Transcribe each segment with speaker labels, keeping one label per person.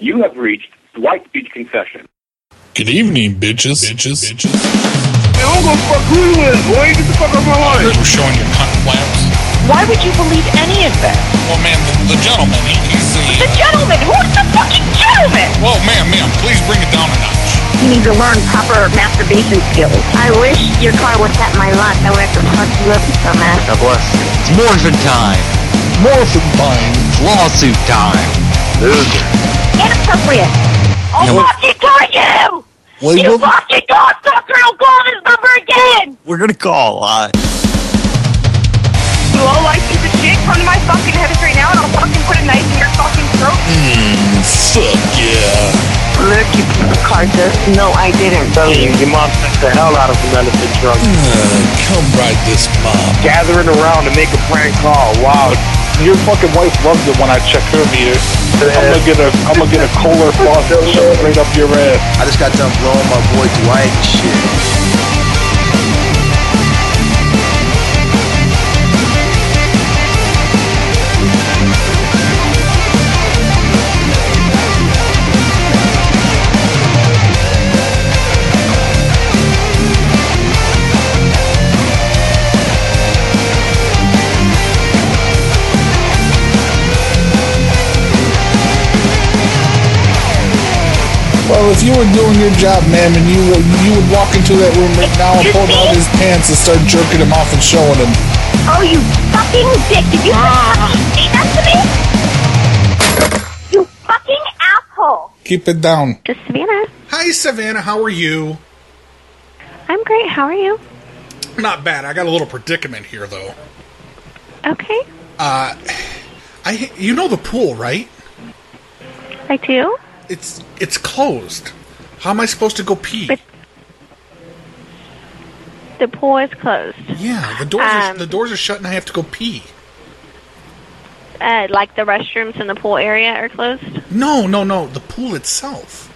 Speaker 1: You have reached Dwight Beach Confession.
Speaker 2: Good evening, bitches. Bitches. Bitches.
Speaker 3: I don't go fuck who you is, boy. Get the fuck out of my
Speaker 2: We're
Speaker 3: line.
Speaker 2: showing your cunt flaps.
Speaker 4: Why would you believe any of this?
Speaker 2: Well, man, the, the gentleman, he, he's
Speaker 4: The
Speaker 2: the.
Speaker 4: gentleman! Who's the fucking gentleman?
Speaker 2: Whoa, ma'am, ma'am, please bring it down a notch.
Speaker 4: You need to learn proper masturbation skills. I wish your car was at my lot. I would have to fuck you up, dumbass.
Speaker 5: It's morphin' time.
Speaker 2: Morphin time.
Speaker 5: Lawsuit time.
Speaker 4: Inappropriate. I'll
Speaker 5: Yeah, what-
Speaker 4: fucking kill you!
Speaker 5: Well,
Speaker 4: you
Speaker 5: we'll-
Speaker 4: fucking cocksucker! I'll call this number again!
Speaker 5: We're gonna call. Uh,
Speaker 4: You all like stupid shit? Come to my fucking head right now and I'll fucking put a knife in your fucking throat.
Speaker 2: Fuck yeah.
Speaker 4: Look, you carcass. No, I didn't.
Speaker 3: Tell you, your mom sent the hell out of him out of the drunk.
Speaker 2: Uh, come ride this mob.
Speaker 3: Gathering around to make a prank call. Wow.
Speaker 6: Your fucking wife loves it when I check her meter. I'm gonna get a I'm gonna get a Kohler faucet and shove it right up your ass.
Speaker 7: I just got done blowing my boy Dwight and shit.
Speaker 2: Well, if you were doing your job, ma'am, and you would, you would walk into that room right now and pull down his pants and start jerking him off and showing him.
Speaker 4: Oh, you fucking dick! Did you
Speaker 8: Ah.
Speaker 4: fucking say that to me? You fucking asshole!
Speaker 2: Keep it down.
Speaker 9: Just Savannah.
Speaker 10: Hi, Savannah. How are you?
Speaker 9: I'm great. How are you?
Speaker 10: Not bad. I got a little predicament here, though.
Speaker 9: Okay.
Speaker 10: I, you know the pool, right?
Speaker 9: I do.
Speaker 10: It's it's closed. How am I supposed to go pee?
Speaker 9: But- The pool is closed.
Speaker 10: yeah, the doors are,
Speaker 9: um,
Speaker 10: the doors are shut, and I have to go pee.
Speaker 9: Uh, like the restrooms in the pool area are closed.
Speaker 10: No, no, no. The pool itself.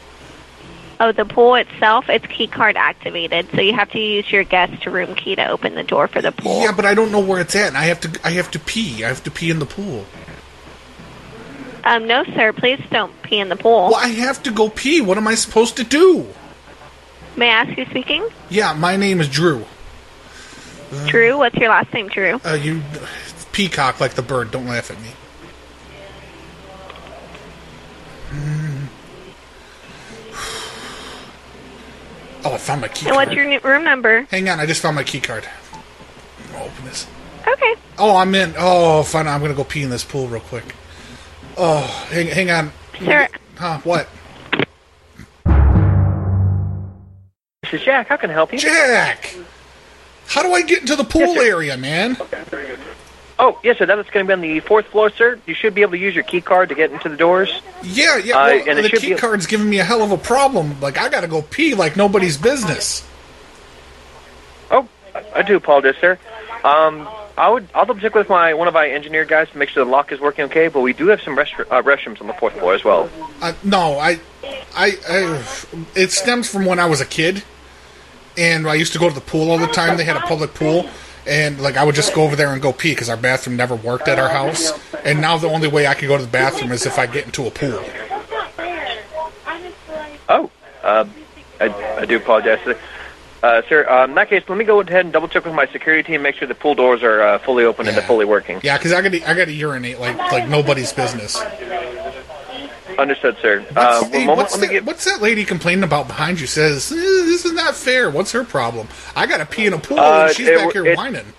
Speaker 9: Oh, the pool itself, it's key card activated, so you have to use your guest room key to open the door for the pool.
Speaker 10: Yeah, but I don't know where it's at. And I have to I have to pee. I have to pee in the pool.
Speaker 9: Um, no, sir. Please don't pee in the pool.
Speaker 10: Well, I have to go pee. What am I supposed to do?
Speaker 9: May I ask who's speaking?
Speaker 10: Yeah, my name is Drew.
Speaker 9: Drew. What's your last name, Drew?
Speaker 10: Uh, you peacock like the bird. Don't laugh at me. Mm. Oh, I found my key
Speaker 9: And
Speaker 10: card.
Speaker 9: what's your n- room number?
Speaker 10: Hang on, I just found my key card. I'll open this.
Speaker 9: Okay.
Speaker 10: Oh, I'm in. Oh, fine. I'm gonna go pee in this pool real quick. Oh, hang, hang on.
Speaker 9: Sir,
Speaker 10: Huh? What?
Speaker 11: This is Jack. How can I help you?
Speaker 10: Jack, how do I get into the pool area, man?
Speaker 11: Oh, yes, sir. That's going to be on the fourth floor, sir. You should be able to use your key card to get into the doors.
Speaker 10: Yeah, yeah.
Speaker 11: Uh,
Speaker 10: Well,
Speaker 11: and it
Speaker 10: the
Speaker 11: should
Speaker 10: key
Speaker 11: be-
Speaker 10: card's giving me a hell of a problem. Like I gotta go pee like nobody's business.
Speaker 11: Oh, I- I do apologize, sir. Um, I would. I'll double check with my one of my engineer guys to make sure the lock is working okay. But we do have some rest, uh, restrooms on the fourth floor as well.
Speaker 10: Uh, no, I, I, I, it stems from when I was a kid, and I used to go to the pool all the time. They had a public pool, and like I would just go over there and go pee because our bathroom never worked at our house. And now the only way I can go to the bathroom is if I get into a pool.
Speaker 11: Oh, uh, I, I do apologize, sir. Uh, sir, uh, in that case, let me go ahead and double check with my security team, make sure the pool doors are uh, fully open and
Speaker 10: Yeah.
Speaker 11: they're fully working.
Speaker 10: Yeah, because I gotta, I gotta urinate like like nobody's business.
Speaker 11: Uh, Understood, sir.
Speaker 10: What's,
Speaker 11: uh, one
Speaker 10: hey,
Speaker 11: moment,
Speaker 10: what's
Speaker 11: let
Speaker 10: that,
Speaker 11: me get.
Speaker 10: what's that lady complaining about behind you? Says "Eh, this is not fair. What's her problem? I gotta pee in a pool,
Speaker 11: Uh,
Speaker 10: and she's
Speaker 11: it-
Speaker 10: back here
Speaker 11: it-
Speaker 10: whining.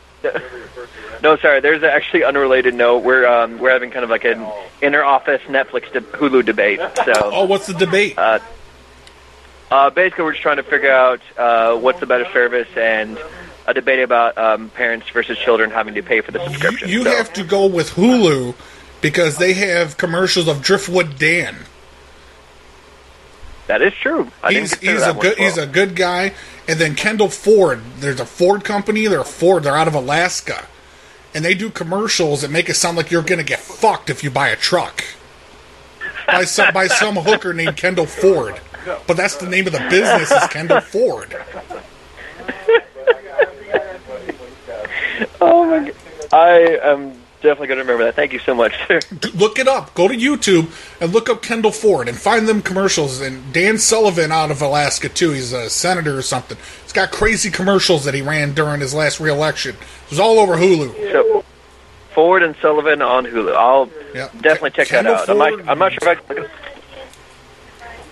Speaker 11: No, sorry. There's actually unrelated note. We're um, we're having kind of like an inner office Netflix de- Hulu debate. So
Speaker 10: Oh, what's the debate?
Speaker 11: uh, basically, we're just trying to figure out uh, what's the better service and a debate about um, parents versus children having to pay for the subscription.
Speaker 10: You
Speaker 11: so.
Speaker 10: have to go with Hulu because they have commercials of Driftwood Dan.
Speaker 11: that is true. I didn't
Speaker 10: He's,
Speaker 11: consider
Speaker 10: he's
Speaker 11: that
Speaker 10: a
Speaker 11: one
Speaker 10: good
Speaker 11: as well.
Speaker 10: he's a good guy. And then Kendall Ford. There's a Ford company. They're Ford. They're out of Alaska, and they do commercials that make it sound like you're gonna get fucked if you buy a truck by some by some hooker named Kendall Ford. But that's the name of the business is Kendall Ford.
Speaker 11: Oh my god! I am definitely going to remember that. Thank you so much, sir.
Speaker 10: D- Look it up. Go to YouTube and look up Kendall Ford and find them commercials. And Dan Sullivan out of Alaska too. He's a senator or something. He's got crazy commercials that he ran during his last reelection. It was all over Hulu.
Speaker 11: So, Ford and Sullivan on Hulu. I'll
Speaker 10: Yeah.
Speaker 11: definitely check that
Speaker 10: Kendall
Speaker 11: out. I'm not,
Speaker 10: Ford-
Speaker 11: I'm not sure if I can.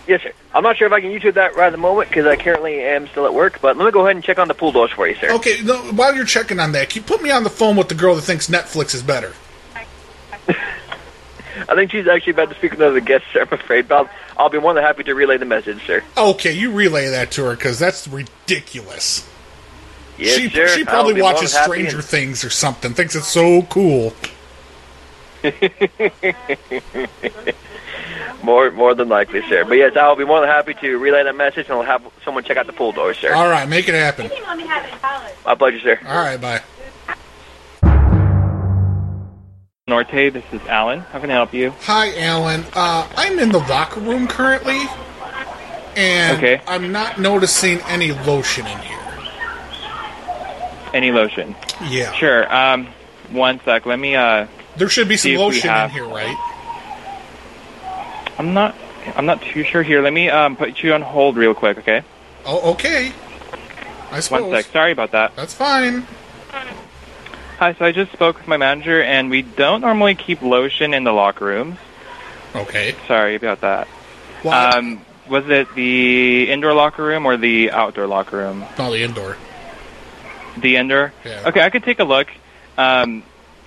Speaker 11: Yes, sir. I'm not sure if I can YouTube that right at the moment because I currently am still at work. But let me go ahead and check on the pool doors for you, sir.
Speaker 10: Okay, no, while you're checking on that, can you put me on the phone with the girl that thinks Netflix is better?
Speaker 11: I think she's actually about to speak with another guest, sir. I'm afraid, but I'll, I'll be more than happy to relay the message, sir.
Speaker 10: Okay, you relay that to her because that's ridiculous.
Speaker 11: Yes,
Speaker 10: she,
Speaker 11: sir.
Speaker 10: she
Speaker 11: I'll
Speaker 10: probably
Speaker 11: be more
Speaker 10: watches
Speaker 11: than happy
Speaker 10: Stranger
Speaker 11: and-
Speaker 10: Things or something. Thinks it's so cool.
Speaker 11: More, more than likely, sir. But yes, I'll be more than happy to relay that message, and I'll have someone check out the pool doors, sir.
Speaker 10: All right, make it happen.
Speaker 11: My pleasure, sir.
Speaker 10: All right, bye.
Speaker 12: Norte, this is Alan. How can I help you?
Speaker 10: Hi, Alan. Uh, I'm in the locker room currently, and
Speaker 12: Okay.
Speaker 10: I'm not noticing any lotion in here.
Speaker 12: Any lotion?
Speaker 10: Yeah.
Speaker 12: Sure. Um, one sec. Let me. Uh,
Speaker 10: There should be
Speaker 12: see
Speaker 10: some
Speaker 12: if we
Speaker 10: lotion in
Speaker 12: have-
Speaker 10: here, right?
Speaker 12: I'm not. I'm not too sure here. Let me um, put you on hold real quick. Okay.
Speaker 10: Oh, okay. I
Speaker 12: One
Speaker 10: suppose.
Speaker 12: sec. Sorry about that.
Speaker 10: That's fine.
Speaker 12: Hi. So I just spoke with my manager, and we don't normally keep lotion in the locker rooms.
Speaker 10: Okay.
Speaker 12: Sorry about that.
Speaker 10: Why?
Speaker 12: Um, was it the indoor locker room or the outdoor locker room?
Speaker 10: Probably indoor.
Speaker 12: The indoor.
Speaker 10: Yeah.
Speaker 12: Okay, I could take a look. Um,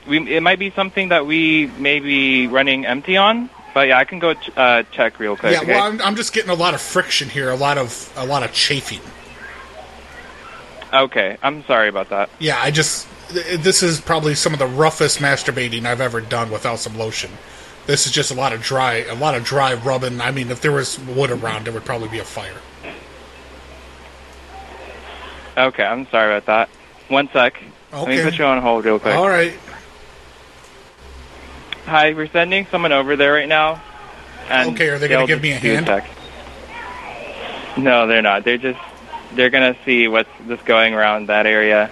Speaker 12: we it might be something that we may be running empty on, but yeah, I can go ch- uh, check real quick.
Speaker 10: yeah.
Speaker 12: okay?
Speaker 10: Well, I'm, I'm just getting a lot of friction here. A lot of a lot of chafing.
Speaker 12: Okay, I'm sorry about that.
Speaker 10: Yeah. I just th- this is probably some of the roughest masturbating I've ever done without some lotion. This is just a lot of dry, a lot of dry rubbing. I mean, if there was wood around, there would probably be a fire.
Speaker 12: Okay, I'm sorry about that. One sec. Let me
Speaker 10: Okay.
Speaker 12: put you on hold real quick.
Speaker 10: All right.
Speaker 12: Hi, we're sending someone over there right now. And
Speaker 10: Okay, are they gonna
Speaker 12: they'll
Speaker 10: give me a
Speaker 12: just do
Speaker 10: hand?
Speaker 12: check. No, they're not. They're just they're gonna see what's just going around that area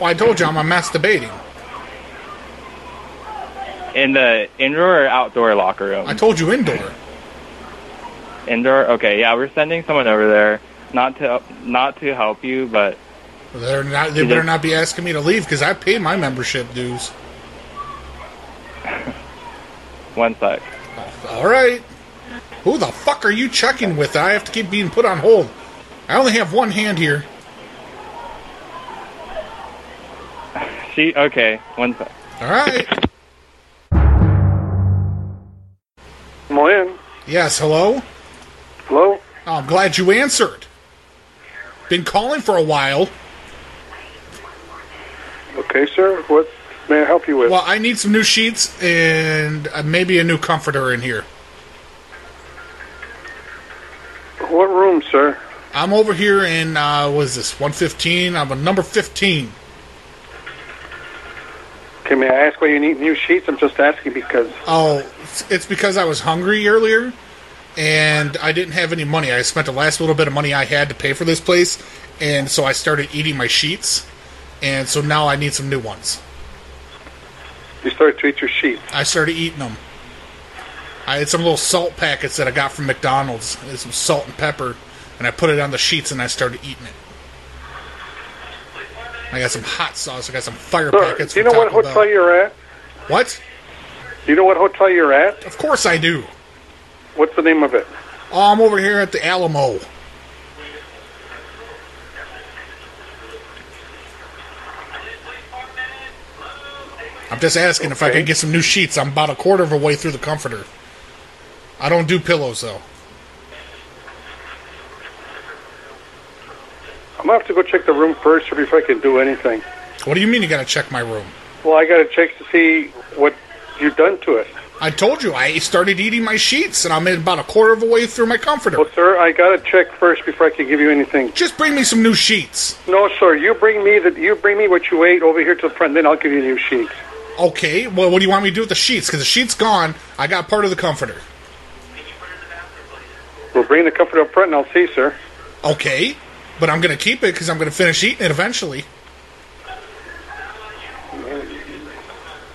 Speaker 10: Well, I told you I'm a masturbating.
Speaker 12: in the indoor or outdoor locker room.
Speaker 10: I told you indoor.
Speaker 12: Indoor. Okay, yeah, we're sending someone over there. Not to not to help you, but
Speaker 10: They're not. They
Speaker 12: Mhm.
Speaker 10: better not be asking me to leave because I pay my membership dues.
Speaker 12: one sec.
Speaker 10: All right. Who the fuck are you checking with? I have to keep being put on hold. I only have one hand here.
Speaker 12: She okay. One sec.
Speaker 10: All right.
Speaker 3: Morning.
Speaker 10: Yes. Hello.
Speaker 3: Hello?
Speaker 10: Oh, I'm glad you answered. Been calling for a while.
Speaker 3: Okay, sir. What may I help you with?
Speaker 10: Well, I need some new sheets and uh, maybe a new comforter in here.
Speaker 3: What room, sir?
Speaker 10: I'm over here in uh, what is this? 115. I'm a number 15.
Speaker 3: Can may I ask why you need new sheets? I'm just asking because
Speaker 10: Oh, it's- it's because I was hungry earlier, and I didn't have any money. I spent the last little bit of money I had to pay for this place, and so I started eating my sheets, and so now I need some new ones.
Speaker 3: you started to eat your sheets.
Speaker 10: I started eating them. I had some little salt packets that I got from McDonald's. It's some salt and pepper, and I put it on the sheets, and I started eating it. I got some hot sauce. I got some fire
Speaker 3: Sir,
Speaker 10: packets.
Speaker 3: do you know
Speaker 10: from
Speaker 3: what
Speaker 10: Taco
Speaker 3: hotel
Speaker 10: Bell.
Speaker 3: you're at?
Speaker 10: What?
Speaker 3: Do you know what hotel you're at?
Speaker 10: Of course I do.
Speaker 3: What's the name of it?
Speaker 10: Oh, I'm over here at the Alamo. I'm just asking if I
Speaker 3: Okay.
Speaker 10: could get some new sheets. I'm about a quarter of a way through the comforter. I don't do pillows though.
Speaker 3: I'm gonna have to go check the room first, or if I can do anything.
Speaker 10: What do you mean you gotta check my room?
Speaker 3: Well, I gotta check to see what you've done to it.
Speaker 10: I told you I started eating my sheets and I'm in about a quarter of a way through my comforter.
Speaker 3: Well, sir, I gotta check first before I can give you anything.
Speaker 10: Just bring me some new sheets.
Speaker 3: No, sir, you bring me the you bring me what you ate over here to the front, then I'll give you new sheets.
Speaker 10: Okay, well, what do you want me to do with the sheets? Because the sheet's gone. I got part of the comforter.
Speaker 3: We'll bring the comforter up front, and I'll see, sir.
Speaker 10: Okay, but I'm gonna keep it because I'm gonna finish eating it eventually.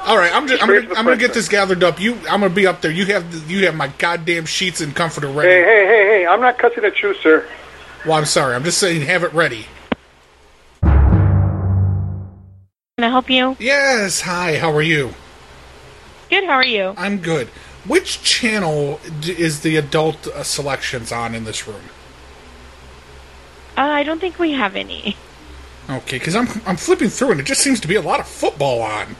Speaker 10: All right, I'm just I'm gonna, I'm gonna get this gathered up. You, I'm gonna be up there. You have the, you have my goddamn sheets and comforter ready.
Speaker 13: Hey, hey, hey, hey! I'm not cussing at you, sir.
Speaker 10: Well, I'm sorry. I'm just saying, have it ready.
Speaker 8: Can I help you?
Speaker 10: Yes. Hi. How are you?
Speaker 8: Good. How are you?
Speaker 10: I'm good. Which channel d- is the adult uh, selections on in this room?
Speaker 8: Uh, I don't think we have any.
Speaker 10: Okay, because I'm I'm flipping through and it just seems to be a lot of football on.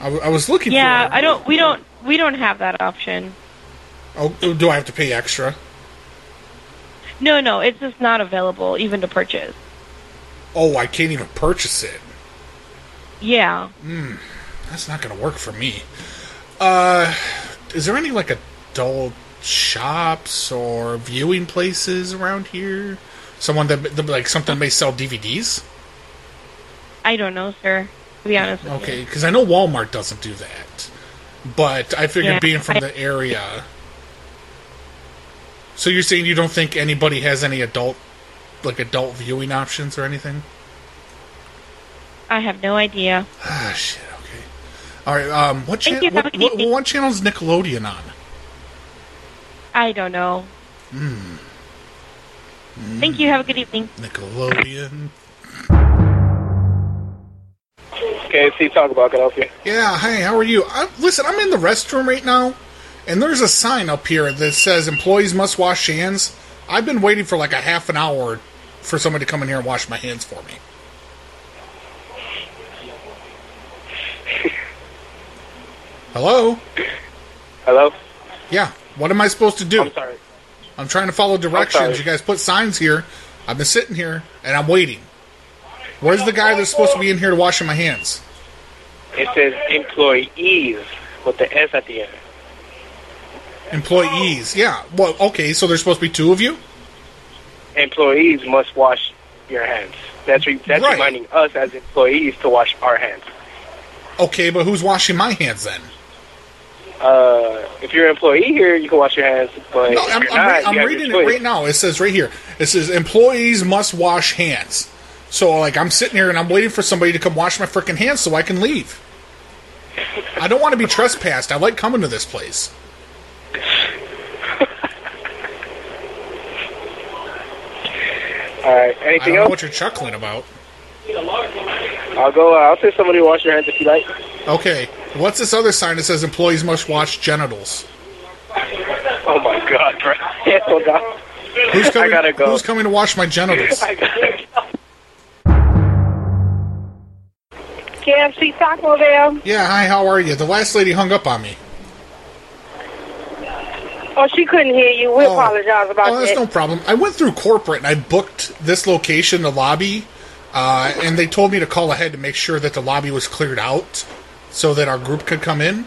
Speaker 10: I, w- I was looking.
Speaker 8: yeah,
Speaker 10: for
Speaker 8: I don't. We don't. We don't have that option.
Speaker 10: Oh, do I have to pay extra?
Speaker 8: No, no, it's just not available even to purchase.
Speaker 10: Oh, I can't even purchase it.
Speaker 8: Yeah.
Speaker 10: Hmm, that's not gonna work for me. Uh, is there any like adult shops or viewing places around here? Someone that that, like something may sell DVDs.
Speaker 8: I don't know, sir. To be honest with you.
Speaker 10: Okay, because I know Walmart doesn't do that, but I figured
Speaker 8: Yeah,
Speaker 10: being from
Speaker 8: I-
Speaker 10: the area. So you're saying you don't think anybody has any adult, like adult viewing options or anything?
Speaker 8: I have no idea.
Speaker 10: Ah, shit. Okay. All right. Um, what
Speaker 8: Thank
Speaker 10: channel?
Speaker 8: you, have a
Speaker 10: What,
Speaker 8: good
Speaker 10: what,
Speaker 8: evening.
Speaker 10: what channel is Nickelodeon on?
Speaker 8: I don't know.
Speaker 10: Hmm.
Speaker 8: Thank you. Have a good evening.
Speaker 10: Nickelodeon.
Speaker 14: Okay, see, talk about. Can I help you?
Speaker 10: Yeah. Hey, how are you? I, listen, I'm in the restroom right now, and there's a sign up here that says employees must wash hands. I've been waiting for like a half an hour for somebody to come in here and wash my hands for me. Hello.
Speaker 14: Hello.
Speaker 10: Yeah. What am I supposed to do? I'm
Speaker 14: sorry.
Speaker 10: I'm trying to follow directions.
Speaker 14: sorry.
Speaker 10: You guys put signs here. I've been sitting here and I'm waiting. Where's the guy that's supposed to be in here to washing my hands?
Speaker 14: It says employees with the S at the end. Oh.
Speaker 10: Employees. Yeah. Well, okay. So there's supposed to be two of you.
Speaker 14: Employees must wash your hands. That's re- that's
Speaker 10: Right.
Speaker 14: reminding us as employees to wash our hands.
Speaker 10: Okay, but who's washing my hands then?
Speaker 14: Uh, if you're an employee here, you can wash your hands, but
Speaker 10: No,
Speaker 14: if
Speaker 10: I'm,
Speaker 14: you're
Speaker 10: I'm,
Speaker 14: not,
Speaker 10: re- I'm
Speaker 14: you have
Speaker 10: reading
Speaker 14: your
Speaker 10: it
Speaker 14: choice.
Speaker 10: right now. It says right here. It says employees must wash hands. So like I'm sitting here and I'm waiting for somebody to come wash my freaking hands so I can leave. I don't want to be trespassed. I like coming to this place.
Speaker 14: All right. Anything
Speaker 10: I don't know
Speaker 14: else?
Speaker 10: what you're chuckling about.
Speaker 14: I'll go. Uh, I'll say somebody to wash your hands if you like.
Speaker 10: Okay, what's this other sign that says employees must wash genitals?
Speaker 14: Oh my God, bro. Hell no.
Speaker 10: Who's coming,
Speaker 14: I gotta go.
Speaker 10: Who's coming to wash my genitals?
Speaker 14: I gotta go.
Speaker 15: KFC Taco Bell.
Speaker 10: Yeah, hi, how are you? The last lady hung up on me.
Speaker 15: Oh, she couldn't hear you. We apologize about
Speaker 10: Oh, that's
Speaker 15: that.
Speaker 10: no problem. I went through corporate and I booked this location, the lobby, uh, and they told me to call ahead to make sure that the lobby was cleared out so that our group could come in.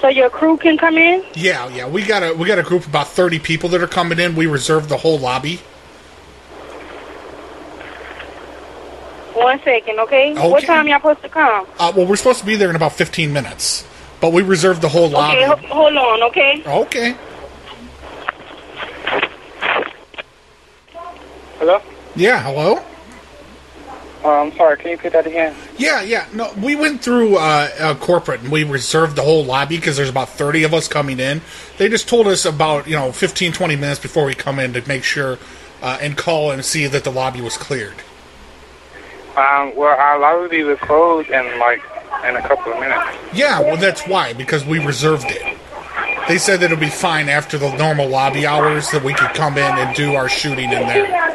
Speaker 15: so your crew can come in.
Speaker 10: Yeah, yeah, we got a we got a group of about thirty people that are coming in. We reserved the whole lobby.
Speaker 15: One second, okay? What
Speaker 10: Okay.
Speaker 15: time y'all supposed to come?
Speaker 10: Uh, well, we're supposed to be there in about fifteen minutes, but we reserved the whole lobby.
Speaker 15: Okay, ho- hold on, okay?
Speaker 10: Okay.
Speaker 14: Hello.
Speaker 10: Yeah. Hello.
Speaker 14: Uh, I'm sorry. Can you put that again?
Speaker 10: Yeah, yeah. No, we went through uh, uh, corporate and we reserved the whole lobby because there's about 30 of us coming in. They just told us about, you know, 15, 20 minutes before we come in to make sure uh, and call and see that the lobby was cleared.
Speaker 14: Um, well, our lobby will close in like in a couple of minutes.
Speaker 10: Yeah, well, that's why, because we reserved it. They said that it'll be fine after the normal lobby hours that we could come in and do our shooting in there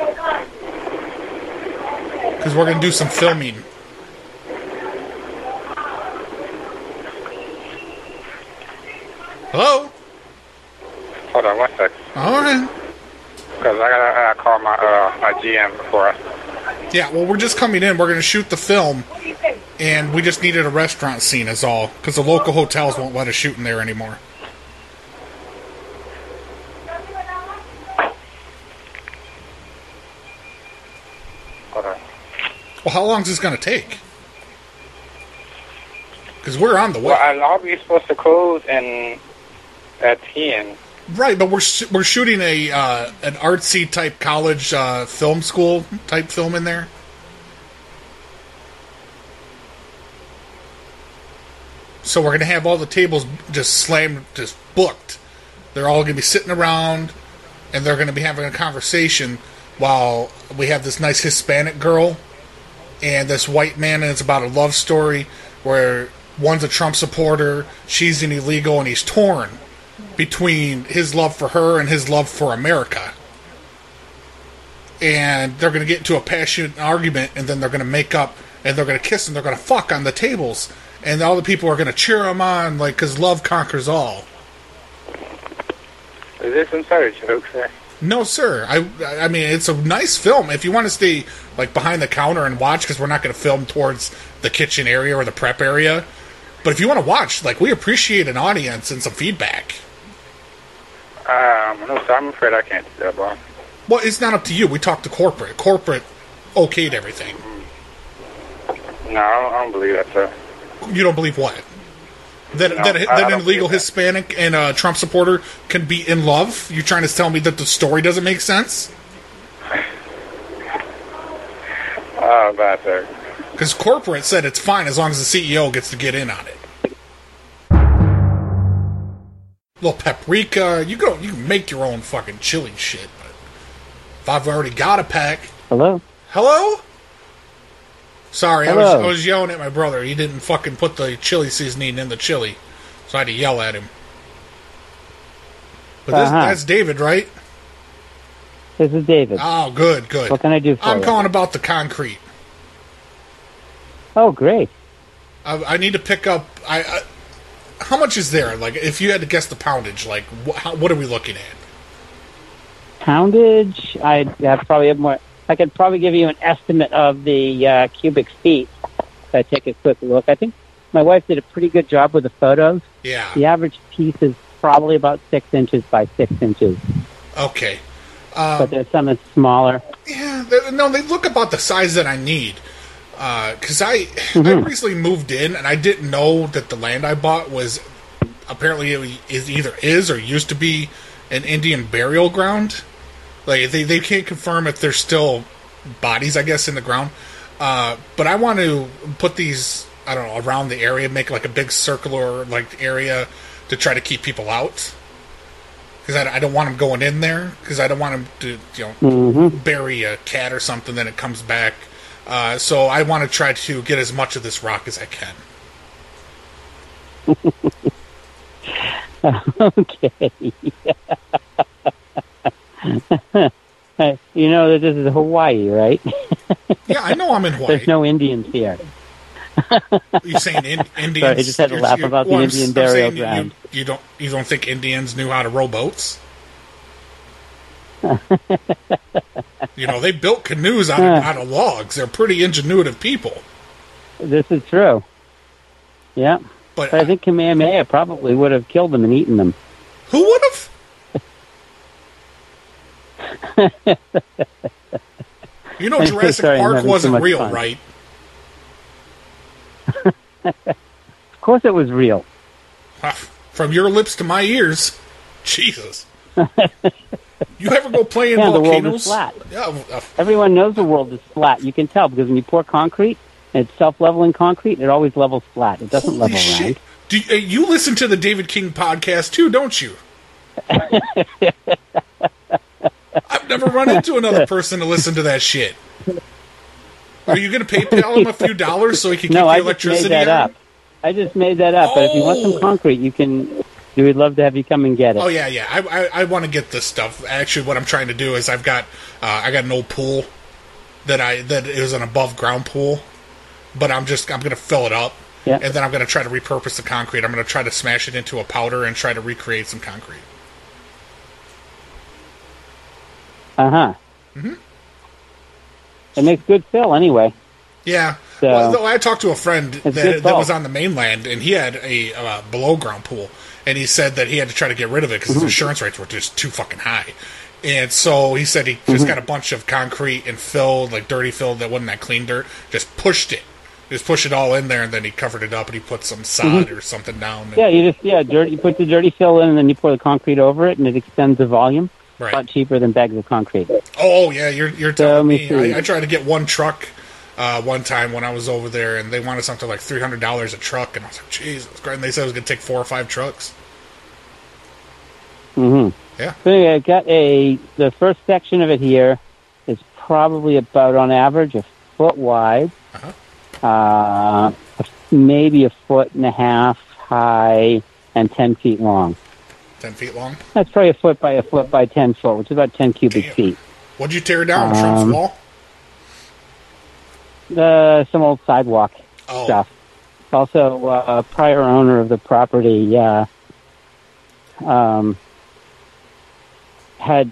Speaker 10: because we're going to do some filming. Hello?
Speaker 14: Hold on one sec,
Speaker 10: All right.
Speaker 14: because I gotta uh, call my uh, my GM before. I...
Speaker 10: Yeah, well, we're just coming in. We're going to shoot the film, and we just needed a restaurant scene, is all, because the local hotels won't let us shoot in there anymore.
Speaker 14: Hold on.
Speaker 10: Well, how long is this going to take? Because we're on the way,
Speaker 14: Well, our lobby is supposed to close in at ten.
Speaker 10: right? But we're sh- we're shooting a uh, an artsy type college uh, film school type film in there. So we're going to have all the tables just slammed, just booked. They're all going to be sitting around, and they're going to be having a conversation while we have this nice Hispanic girl and this white man, and it's about a love story where one's a Trump supporter, she's an illegal, and he's torn between his love for her and his love for America. And they're going to get into a passionate argument, and then they're going to make up, and they're going to kiss, and they're going to fuck on the tables, and all the people are going to cheer them on, like because love conquers all.
Speaker 16: Is this some sort of joke, sir?
Speaker 10: No, sir. I I mean, it's a nice film. If you want to stay like behind the counter and watch, because we're not going to film towards the kitchen area or the prep area. But if you want to watch, like we appreciate an audience and some feedback.
Speaker 16: Um, no, sir, I'm afraid I can't do that, boss.
Speaker 10: Well, it's not up to you. We talked to corporate. Corporate okayed everything.
Speaker 16: No, I don't, I don't believe that, sir.
Speaker 10: You don't believe what? That
Speaker 16: No,
Speaker 10: that,
Speaker 16: I- I
Speaker 10: that an
Speaker 16: don't
Speaker 10: illegal Hispanic and a Trump supporter can be in love? You're trying to tell me that the story doesn't make sense?
Speaker 16: Oh, bad, sir.
Speaker 10: Because corporate said it's fine as long as the CEO gets to get in on it. Little paprika, you go, you can make your own fucking chili shit. But if I've already got a pack,
Speaker 14: Hello?
Speaker 10: hello. Sorry, I was
Speaker 14: Hello.
Speaker 10: I was yelling at my brother. He didn't fucking put the chili seasoning in the chili, so I had to yell at him. But this,
Speaker 14: Uh-huh.
Speaker 10: that's David, right?
Speaker 14: This is David.
Speaker 10: Oh, good, good.
Speaker 14: What can I do for
Speaker 10: I'm
Speaker 14: you?
Speaker 10: calling about the concrete.
Speaker 14: Oh, great.
Speaker 10: I, I need to pick up. I, I how much is there? Like, if you had to guess the poundage, like, wh- how, what are we looking at?
Speaker 14: Poundage? I'd have probably have more. I could probably give you an estimate of the uh, cubic feet. If I take a quick look, I think my wife did a pretty good job with the photos.
Speaker 10: Yeah.
Speaker 14: The average piece is probably about six inches by six inches,
Speaker 10: Okay. Um,
Speaker 14: but there's some that's smaller.
Speaker 10: Yeah, they, no, they look about the size that I need. Because I, I recently moved in and I didn't know that the land I bought was apparently it is either is or used to be an Indian burial ground. Like they, they can't confirm if there's still bodies, I guess, in the ground. Uh, but I want to put these, I don't know, around the area, make like a big circular like area to try to keep people out. Because I, I don't want them going in there. Because I don't want them to, you know,
Speaker 14: Mhm.
Speaker 10: bury a cat or something, then it comes back. Uh, so I want to try to get as much of this rock as I can.
Speaker 14: okay. you know that this is Hawaii, right?
Speaker 10: Yeah, I know I'm in Hawaii.
Speaker 14: There's no Indians here.
Speaker 10: You saying in, Indians?
Speaker 14: Sorry, I just had to
Speaker 10: you're-
Speaker 14: laugh
Speaker 10: you're-
Speaker 14: about the
Speaker 10: well, I'm s-
Speaker 14: Indian
Speaker 10: I'm
Speaker 14: burial
Speaker 10: saying you-
Speaker 14: ground.
Speaker 10: You, don't you don't think Indians knew how to row boats? you know, they built canoes out of,
Speaker 14: Huh.
Speaker 10: out of logs. They're pretty ingenuitive people.
Speaker 14: This is true. Yeah.
Speaker 10: But
Speaker 14: I think Kamehameha probably would have killed them and eaten them.
Speaker 10: Who would have? You know,
Speaker 14: I'm so
Speaker 10: Jurassic
Speaker 14: sorry, I'm
Speaker 10: Park
Speaker 14: having so
Speaker 10: wasn't
Speaker 14: much
Speaker 10: real,
Speaker 14: fun.
Speaker 10: right?
Speaker 14: Of course it was real.
Speaker 10: Huh, Uh, From your lips to my ears, Jesus. you ever go play in
Speaker 14: Yeah, the world
Speaker 10: volcanoes?
Speaker 14: is flat.
Speaker 10: Yeah, well, uh,
Speaker 14: Everyone knows the world is flat. You can tell because when you pour concrete, it's self-leveling concrete. It always levels flat. It doesn't level
Speaker 10: shit. Do you, uh, you listen to the David King podcast too, don't you? I've never run into another person to listen to that shit. Are you going to PayPal him a few dollars so he can
Speaker 14: round. No,
Speaker 10: keep
Speaker 14: I
Speaker 10: the
Speaker 14: just
Speaker 10: electricity Oh.
Speaker 14: made that
Speaker 10: on?
Speaker 14: up. I just made that up. But if you want some concrete, you can. We would love to have you come and get it.
Speaker 10: Oh yeah, yeah. I I, I want to get this stuff. Actually, what I'm trying to do is I've got uh, I got an old pool that I that is an above ground pool, but I'm just I'm gonna fill it up,
Speaker 14: Yeah.
Speaker 10: and then I'm gonna try to repurpose the concrete. I'm gonna try to smash it into a powder and try to recreate some concrete. Oh.
Speaker 14: Uh huh.
Speaker 10: Mm-hmm.
Speaker 14: It makes good fill anyway.
Speaker 10: Yeah.
Speaker 14: So-
Speaker 10: well, though I talked to a friend
Speaker 14: It's
Speaker 10: that,
Speaker 14: good
Speaker 10: that
Speaker 14: salt.
Speaker 10: was on the mainland, and he had a uh, below ground pool, and he said that he had to try to get rid of it because his
Speaker 14: Mhm.
Speaker 10: insurance rates were just too fucking high. And so he said he just
Speaker 14: Mm-hmm.
Speaker 10: got a bunch of concrete and filled, like dirty filled that wasn't that clean dirt, just pushed it. Just pushed it all in there, and then he covered it up and he put some sod
Speaker 14: Mhm.
Speaker 10: or something down.
Speaker 14: Yeah, you just yeah, dirt. You put the dirty fill in, and then you pour the concrete over it, and it extends the volume.
Speaker 10: Right.
Speaker 14: A lot cheaper than bags of concrete.
Speaker 10: Oh yeah, you're you're
Speaker 14: So, let
Speaker 10: telling
Speaker 14: me
Speaker 10: me.
Speaker 14: see.
Speaker 10: I, I tried to get one truck uh, one time when I was over there, and they wanted something like three hundred dollars a truck, and I was like, Jesus Christ! And they said it was going to take four or five trucks.
Speaker 14: Mm-hmm.
Speaker 10: Yeah.
Speaker 14: So anyway, I got a the first section of it here is probably about on average a foot wide,
Speaker 10: Uh-huh.
Speaker 14: uh, maybe a foot and a half high, and ten feet long.
Speaker 10: Ten feet long.
Speaker 14: That's probably a foot by a foot by ten foot, which is about ten cubic feet.
Speaker 10: What'd you tear down? Trump's
Speaker 14: Um,
Speaker 10: wall.
Speaker 14: Uh, some old sidewalk
Speaker 10: Oh,
Speaker 14: stuff. Also, uh, prior owner of the property uh, um, had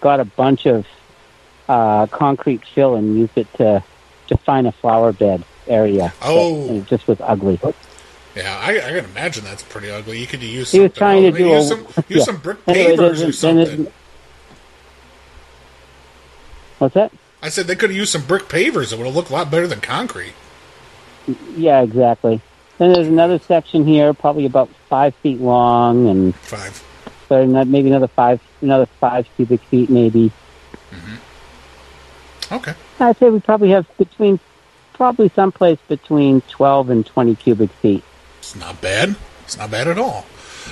Speaker 14: got a bunch of uh, concrete fill and used it to define a flower bed area.
Speaker 10: Oh.
Speaker 14: But it just was ugly.
Speaker 10: Yeah, I, I can imagine that's pretty ugly. You could use.
Speaker 14: He was
Speaker 10: something
Speaker 14: trying
Speaker 10: else.
Speaker 14: to do
Speaker 10: use
Speaker 14: a,
Speaker 10: some, use
Speaker 14: yeah.
Speaker 10: some brick
Speaker 14: Anyway, it
Speaker 10: pavers or
Speaker 14: isn't- then it
Speaker 10: something.
Speaker 14: isn't- What's that?
Speaker 10: I said they could have used some brick pavers. It would have looked a lot better than concrete.
Speaker 14: Yeah, exactly. Then there's another section here, probably about five feet long and
Speaker 10: five,
Speaker 14: but not, maybe another five, another five cubic feet, maybe.
Speaker 10: Okay.
Speaker 14: I'd say we probably have between, probably someplace between twelve and twenty cubic feet.
Speaker 10: It's not bad. It's not bad at all.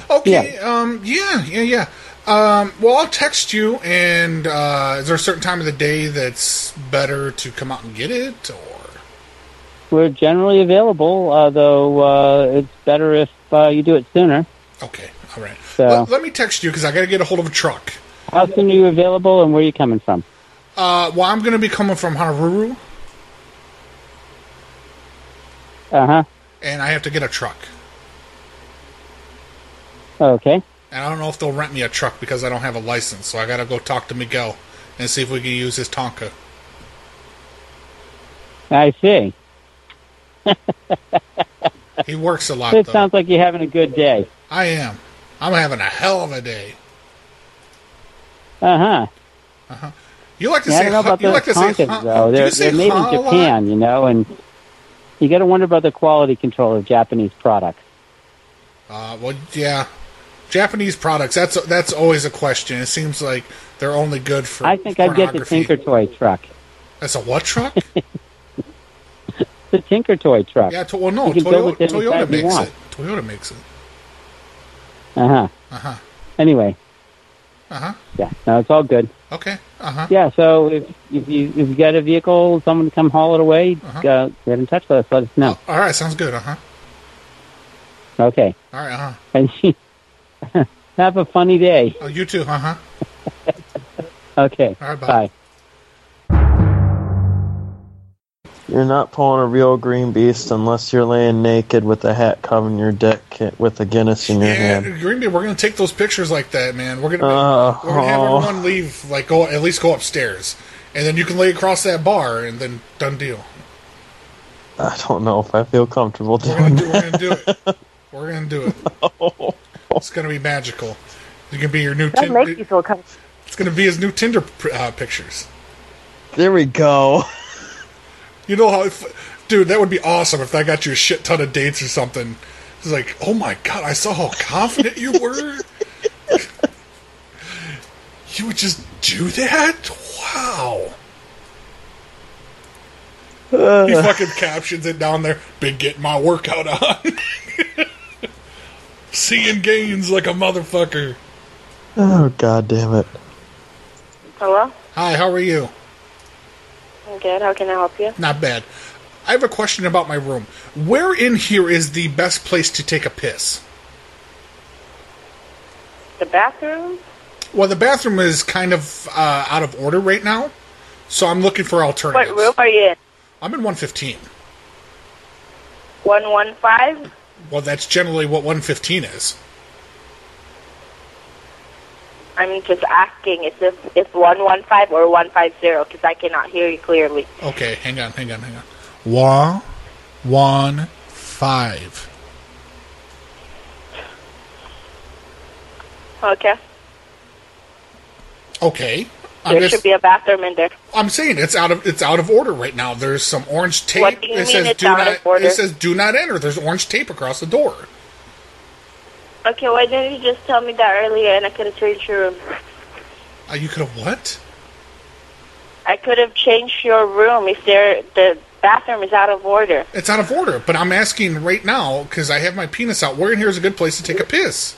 Speaker 10: Okay. Um. Yeah. Yeah. Yeah. Um. Well, I'll text you. And uh, is there a certain time of the day that's better to come out and get it? Or
Speaker 14: We're generally available, uh, though uh, it's better if uh, you do it sooner.
Speaker 10: okay. All right.
Speaker 14: So,
Speaker 10: Let, let me text you because I got to get a hold of a truck.
Speaker 14: how soon are you available, and where are you coming from?
Speaker 10: Uh. Well, I'm going to be coming from Honolulu,
Speaker 14: Uh huh.
Speaker 10: and I have to get a truck.
Speaker 14: Okay.
Speaker 10: And I don't know if they'll rent me a truck because I don't have a license. So I got to go talk to Miguel and see if we can use his Tonka.
Speaker 14: I see.
Speaker 10: He works a lot.
Speaker 14: it
Speaker 10: though.
Speaker 14: sounds like you're having a good day.
Speaker 10: I am. I'm having a hell of a day.
Speaker 14: Uh huh.
Speaker 10: You like to
Speaker 14: Yeah, I
Speaker 10: say
Speaker 14: don't know
Speaker 10: hu-
Speaker 14: about
Speaker 10: you
Speaker 14: those
Speaker 10: like to say
Speaker 14: Tonkas,
Speaker 10: hu-
Speaker 14: though.
Speaker 10: do
Speaker 14: They're,
Speaker 10: you say
Speaker 14: they're made
Speaker 10: hu- a lot?
Speaker 14: in Japan, you know, and you got to wonder about the quality control of Japanese products.
Speaker 10: Uh, well, yeah, Japanese products. That's that's always a question. It seems like they're only good for.
Speaker 14: I think I'd get the
Speaker 10: pornography.
Speaker 14: Tinker Toy truck.
Speaker 10: That's a what truck?
Speaker 14: The Tinker Toy truck.
Speaker 10: yeah. To, well, no,
Speaker 14: You can build
Speaker 10: Toyota,
Speaker 14: it any size
Speaker 10: Toyota
Speaker 14: you
Speaker 10: makes it. Toyota
Speaker 14: want.
Speaker 10: makes it.
Speaker 14: Uh huh.
Speaker 10: Uh huh.
Speaker 14: Anyway,
Speaker 10: Uh huh.
Speaker 14: yeah, no, it's all good.
Speaker 10: Okay. Uh huh.
Speaker 14: Yeah, so if if you if you got a vehicle, someone to come haul it away,
Speaker 10: Uh-huh.
Speaker 14: uh, get in touch with us. Let us know.
Speaker 10: All right. Sounds good. Uh huh.
Speaker 14: Okay.
Speaker 10: All right. Uh huh.
Speaker 14: And have a funny day.
Speaker 10: Oh, you too. Uh huh.
Speaker 14: Okay.
Speaker 10: All right, bye.
Speaker 17: You're not pulling a real green beast unless you're laying naked with a hat covering your dick with a Guinness in your
Speaker 10: Yeah,
Speaker 17: hand.
Speaker 10: Green Bay, we're gonna take those pictures like that, man. We're gonna
Speaker 17: Oh.
Speaker 10: we're gonna have everyone leave, like go at least go upstairs, and then you can lay across that bar, and then done deal.
Speaker 17: I don't know if I feel comfortable
Speaker 10: We're gonna
Speaker 17: doing
Speaker 10: do,
Speaker 17: that.
Speaker 10: we're gonna do it. We're gonna do it. It's gonna be magical. You can be your new. Tin- make you feel comfortable. It's gonna be his new Tinder pr- uh, pictures.
Speaker 17: There we go.
Speaker 10: You know how, if, dude? That would be awesome if I got you a shit ton of dates or something. It's like, oh my god, I saw how confident you were. you would just do that? Wow. He fucking captions it down there. Been getting my workout on. Seeing gains like a motherfucker.
Speaker 17: Oh god damn it.
Speaker 15: Hello?
Speaker 10: Hi, how are you?
Speaker 15: I'm good. How can I help you?
Speaker 10: Not bad. I have a question about my room. Where in here is the best place to take a piss?
Speaker 15: The bathroom?
Speaker 10: Well, the bathroom is kind of uh, out of order right now, so I'm looking for alternatives.
Speaker 15: What room are you in?
Speaker 10: I'm in 115.
Speaker 15: 115?
Speaker 10: Well, that's generally what 115 is.
Speaker 15: I'm just asking if this if 115 or 150 because I cannot hear you clearly.
Speaker 10: Okay, hang on, hang on, hang on. One, one, five.
Speaker 15: Okay.
Speaker 10: Okay. I'm,
Speaker 15: there
Speaker 10: just-
Speaker 15: should be a bathroom in there.
Speaker 10: I'm saying it's out of it's out of order right now. There's some orange tape.
Speaker 15: What do you
Speaker 10: it
Speaker 15: mean
Speaker 10: says
Speaker 15: it's
Speaker 10: do
Speaker 15: out of
Speaker 10: not.
Speaker 15: order?
Speaker 10: It says do not enter. There's orange tape across the door.
Speaker 15: Okay, why didn't you just tell me that earlier and I could have changed your room?
Speaker 10: Uh, you could have what?
Speaker 15: I could have changed your room if there the bathroom is out of order.
Speaker 10: It's out of order, but I'm asking right now because I have my penis out. Where in here is a good place to take a piss?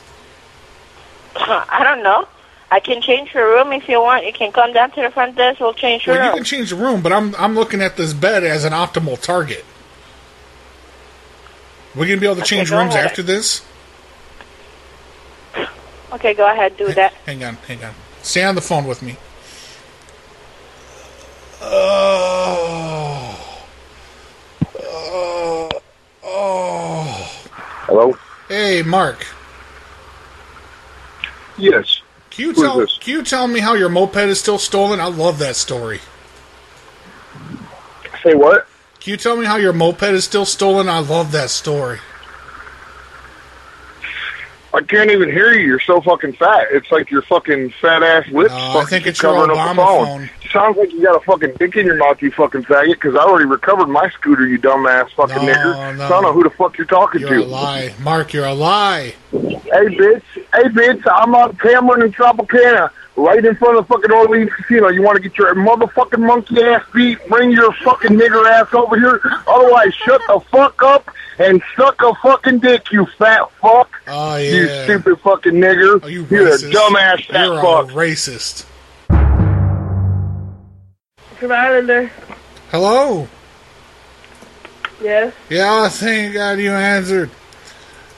Speaker 15: I don't know. I can change your room if you want. You can come down to the front desk. We'll change your
Speaker 10: Well, you
Speaker 15: room.
Speaker 10: can change the room, but I'm I'm looking at this bed as an optimal target. We're gonna be able to
Speaker 15: Okay,
Speaker 10: change
Speaker 15: go
Speaker 10: rooms
Speaker 15: ahead.
Speaker 10: after this.
Speaker 15: Okay, go ahead. Do that.
Speaker 10: Hang on, hang on. Stay on the phone with me. Oh. Oh. Oh.
Speaker 18: Hello?
Speaker 10: Hey, Mark.
Speaker 18: Yes.
Speaker 10: Can you
Speaker 18: Who is
Speaker 10: tell
Speaker 18: this?
Speaker 10: Can you tell me how your moped is still stolen? I love that story.
Speaker 18: Say what?
Speaker 10: Can you tell me how your moped is still stolen? I love that story.
Speaker 18: I can't even hear you. You're so fucking fat. It's like your fucking fat ass lips fucking
Speaker 10: Uh, think it's your
Speaker 18: covering up the
Speaker 10: Obama
Speaker 18: phone. Sounds like you got a fucking dick in your mouth, you fucking faggot, because I already recovered my scooter, you dumbass fucking
Speaker 10: No,
Speaker 18: nigger. So
Speaker 10: no.
Speaker 18: I don't know who the fuck you're talking
Speaker 10: You're
Speaker 18: to.
Speaker 10: a lie, Mark. You're a lie.
Speaker 18: Hey, bitch. Hey, bitch. I'm on Cameron and Tropicana, right in front of the fucking Orleans Casino. You want to get your motherfucking monkey ass beat? Bring your fucking nigger ass over here. Otherwise, shut the fuck up and suck a fucking dick, you fat fuck.
Speaker 10: Oh,
Speaker 18: You
Speaker 10: yeah. Oh,
Speaker 18: stupid fucking nigger.
Speaker 10: you
Speaker 18: are a
Speaker 10: racist.
Speaker 18: dumbass fat
Speaker 10: You're a
Speaker 18: fuck.
Speaker 10: racist.
Speaker 19: From Islander.
Speaker 10: Hello.
Speaker 19: Yes.
Speaker 10: Yeah, thank God you answered.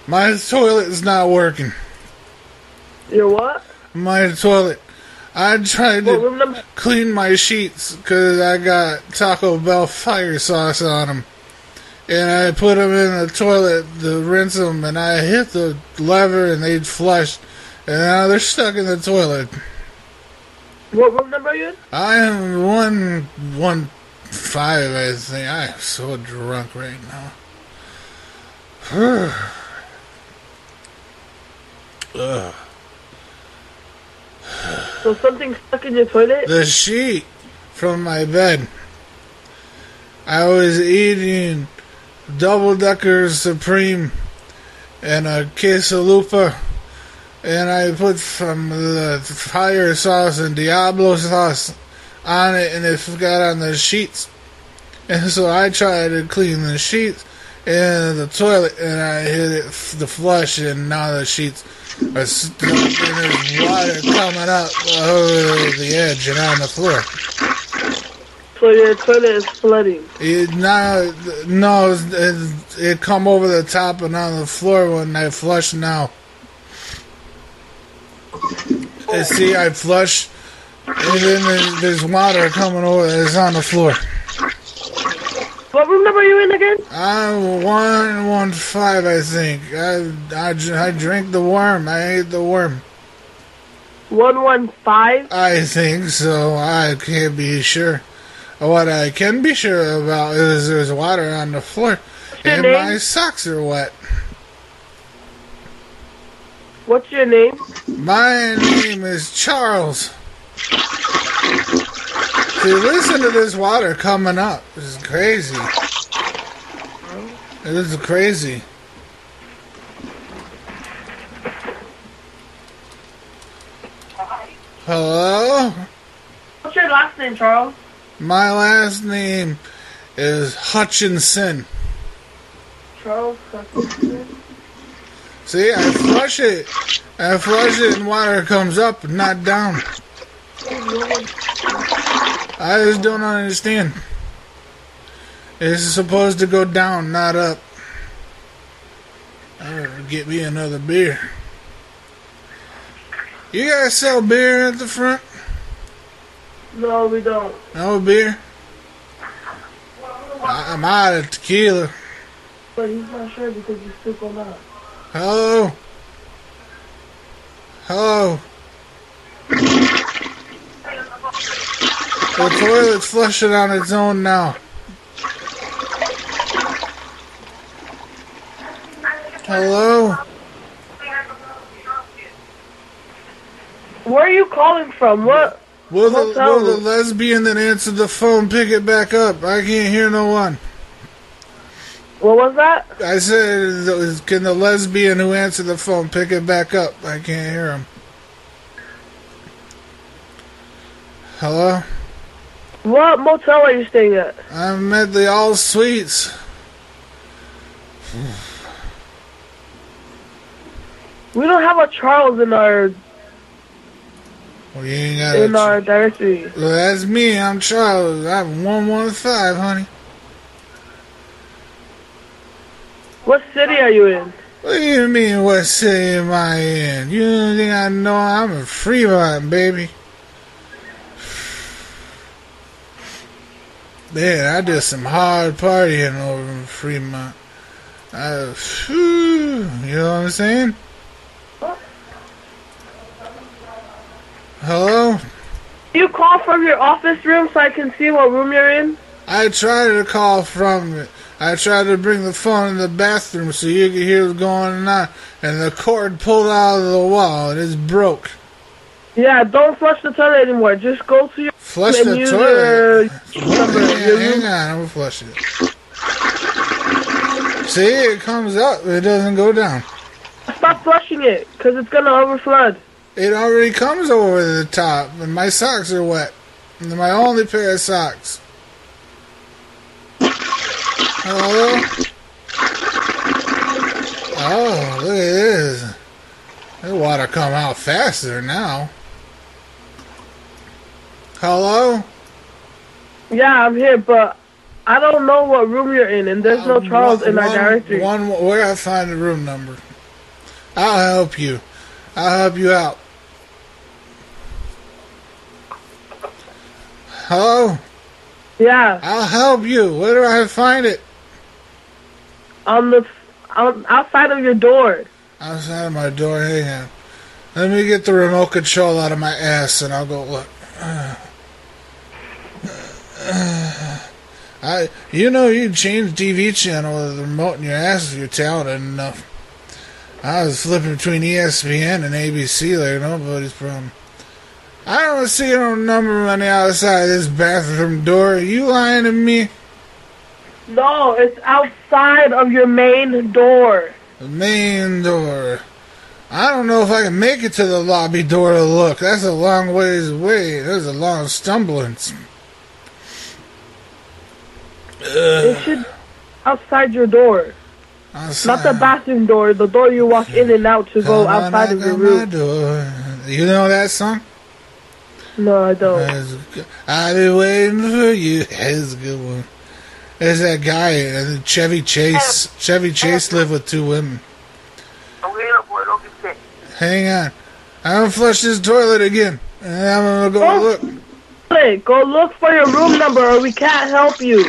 Speaker 10: My toilet is not working.
Speaker 19: Your what?
Speaker 10: My toilet. I tried
Speaker 19: What
Speaker 10: to
Speaker 19: room number?
Speaker 10: clean my sheets because I got Taco Bell fire sauce on them. And I put them in the toilet to rinse them, and I hit the lever and they flushed. And now they're stuck in the toilet.
Speaker 19: What room number are you in?
Speaker 10: I am one one five. I think I am so drunk right now. Ugh.
Speaker 19: So something stuck in your toilet?
Speaker 10: The sheet from my bed. I was eating double decker supreme and a quesalupa, and I put some the fire sauce and Diablo sauce on it, and it got on the sheets. And so I tried to clean the sheets and the toilet, and I hit it f- the flush, and now the sheets are stuck, and there's water coming up over the edge and on the floor.
Speaker 19: So your toilet is flooding.
Speaker 10: It now, no, it, it come over the top and on the floor when I flush now. And see, I flush, and then there's, there's water coming over. It's on the floor.
Speaker 19: What room number are you in again?
Speaker 10: I'm one one five, I think. I I, dr- I drank the worm. I ate the worm.
Speaker 19: One one five.
Speaker 10: I think so. I can't be sure. What I can be sure about is there's water on the floor,
Speaker 19: your
Speaker 10: and
Speaker 19: name?
Speaker 10: my socks are wet.
Speaker 19: What's your name?
Speaker 10: My name is Charles. See, listen to this water coming up. This is crazy. This is crazy. Hello?
Speaker 19: What's your last name, Charles?
Speaker 10: My last name is Hutchinson.
Speaker 19: Charles.
Speaker 10: See, I flush it. I flush it and water comes up, not down. I just don't understand. It's supposed to go down, not up. I better get me another beer. You guys sell beer at the front?
Speaker 19: No, we don't.
Speaker 10: No beer? I- I'm out of tequila.
Speaker 19: But he's not sure because he's still going out.
Speaker 10: Hello? Hello? The toilet's flushing on its own now. Hello?
Speaker 19: Where are you calling from? What?
Speaker 10: Will the,
Speaker 19: Hotel
Speaker 10: will the
Speaker 19: room.
Speaker 10: lesbian that answered the phone pick it back up? I can't hear no one.
Speaker 19: What was that?
Speaker 10: I said, can the lesbian who answered the phone pick it back up? I can't hear him. Hello?
Speaker 14: What motel are you staying at?
Speaker 10: I'm at the All Suites.
Speaker 14: We don't have a Charles in our
Speaker 10: Well, you ain't got
Speaker 14: in
Speaker 10: a
Speaker 14: our diversity.
Speaker 10: Well, that's me. I'm Charles. I'm 115, honey.
Speaker 14: What city are you in?
Speaker 10: What do you mean, what city am I in? You don't think I know I'm in Fremont, baby? Man, I did some hard partying over in Fremont. I, phew, you know what I'm saying? Hello?
Speaker 14: Do you call from your office room so I can see what room you're in?
Speaker 10: I tried to call from it. I tried to bring the phone in the bathroom so you could hear what's going on, and the cord pulled out of the wall and it's broke.
Speaker 14: Yeah, don't flush the toilet anymore. Just go to your
Speaker 10: Flush
Speaker 14: and
Speaker 10: the
Speaker 14: use
Speaker 10: toilet.
Speaker 14: your number.
Speaker 10: Yeah, hang on, I'm gonna flush it. See, it comes up, it doesn't go down.
Speaker 14: Stop flushing it, cause it's gonna overflood.
Speaker 10: It already comes over the top, and my socks are wet. And they're my only pair of socks. Hello? Oh, look at this. That water come out faster now. Hello?
Speaker 14: Yeah, I'm here, but I don't know what room you're in, and there's no Charles in our
Speaker 10: Uh, One-
Speaker 14: directory.
Speaker 10: One, where I find the room number. I'll help you. I'll help you out. Hello?
Speaker 14: Yeah.
Speaker 10: I'll help you. Where do I find it?
Speaker 14: On the on, outside of your door.
Speaker 10: Outside of my door. Hang on. Let me get the remote control out of my ass and I'll go look. I, you know, you change TV channel with the remote in your ass if you're talented enough. I was flipping between E ESPN and ABC like nobody's problem. I don't see no number on the outside of this bathroom door. you lying to me?
Speaker 14: No, it's outside of your main door.
Speaker 10: The main door. I don't know if I can make it to the lobby door to look. That's a long ways away. There's a long stumblance.
Speaker 14: It should outside your door. Not the bathroom door, the door you walk in and out to go
Speaker 10: Come on
Speaker 14: outside of
Speaker 10: knock
Speaker 14: your
Speaker 10: on my
Speaker 14: room.
Speaker 10: door. You know that song?
Speaker 14: No, I don't.
Speaker 10: I've been waiting for you. That's a good one. There's that guy, uh, Chevy Chase. Chevy Chase lived with two women.
Speaker 14: Oh,
Speaker 10: Hang on. I'm gonna flush this toilet again. And I'm gonna go
Speaker 14: Go
Speaker 10: look.
Speaker 14: Hey, go look for your room number or we can't help you.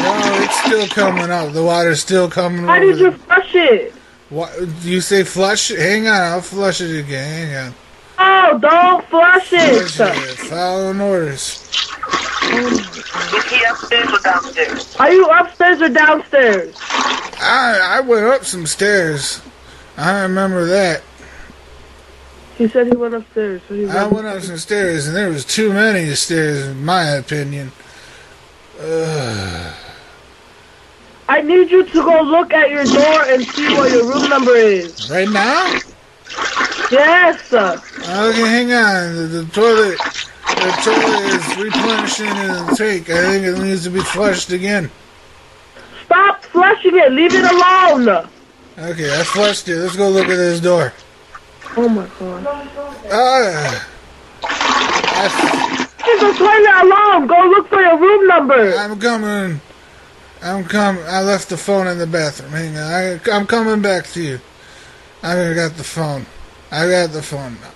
Speaker 10: No, it's still coming up. The water's still coming
Speaker 14: Why
Speaker 10: over
Speaker 14: did
Speaker 10: the-
Speaker 14: you flush it?
Speaker 10: What you say? Flush? Hang on, I'll flush it again. Hang on.
Speaker 14: Oh, don't flush it.
Speaker 10: Flush it. Following orders.
Speaker 14: Is he upstairs or downstairs? Are you upstairs or downstairs?
Speaker 10: I I went up some stairs. I remember that.
Speaker 14: He said he went upstairs. So he
Speaker 10: I went up some stairs, and there was too many stairs, in my opinion. Ugh.
Speaker 14: I need you to go look at your door and see what your room number is.
Speaker 10: Right now?
Speaker 14: Yes, sir.
Speaker 10: Okay, hang on. The, the toilet, the toilet is replenishing its tank. I think it needs to be flushed again.
Speaker 14: Stop flushing it. Leave it alone.
Speaker 10: Okay, I flushed it. Let's go look at this door.
Speaker 14: Oh my god.
Speaker 10: Ah.
Speaker 14: Leave the toilet alone. Go look for your room number.
Speaker 10: I'm coming. I'm coming. I left the phone in the bathroom. Hang on. I, I'm coming back to you. I got the phone. I got the phone. now.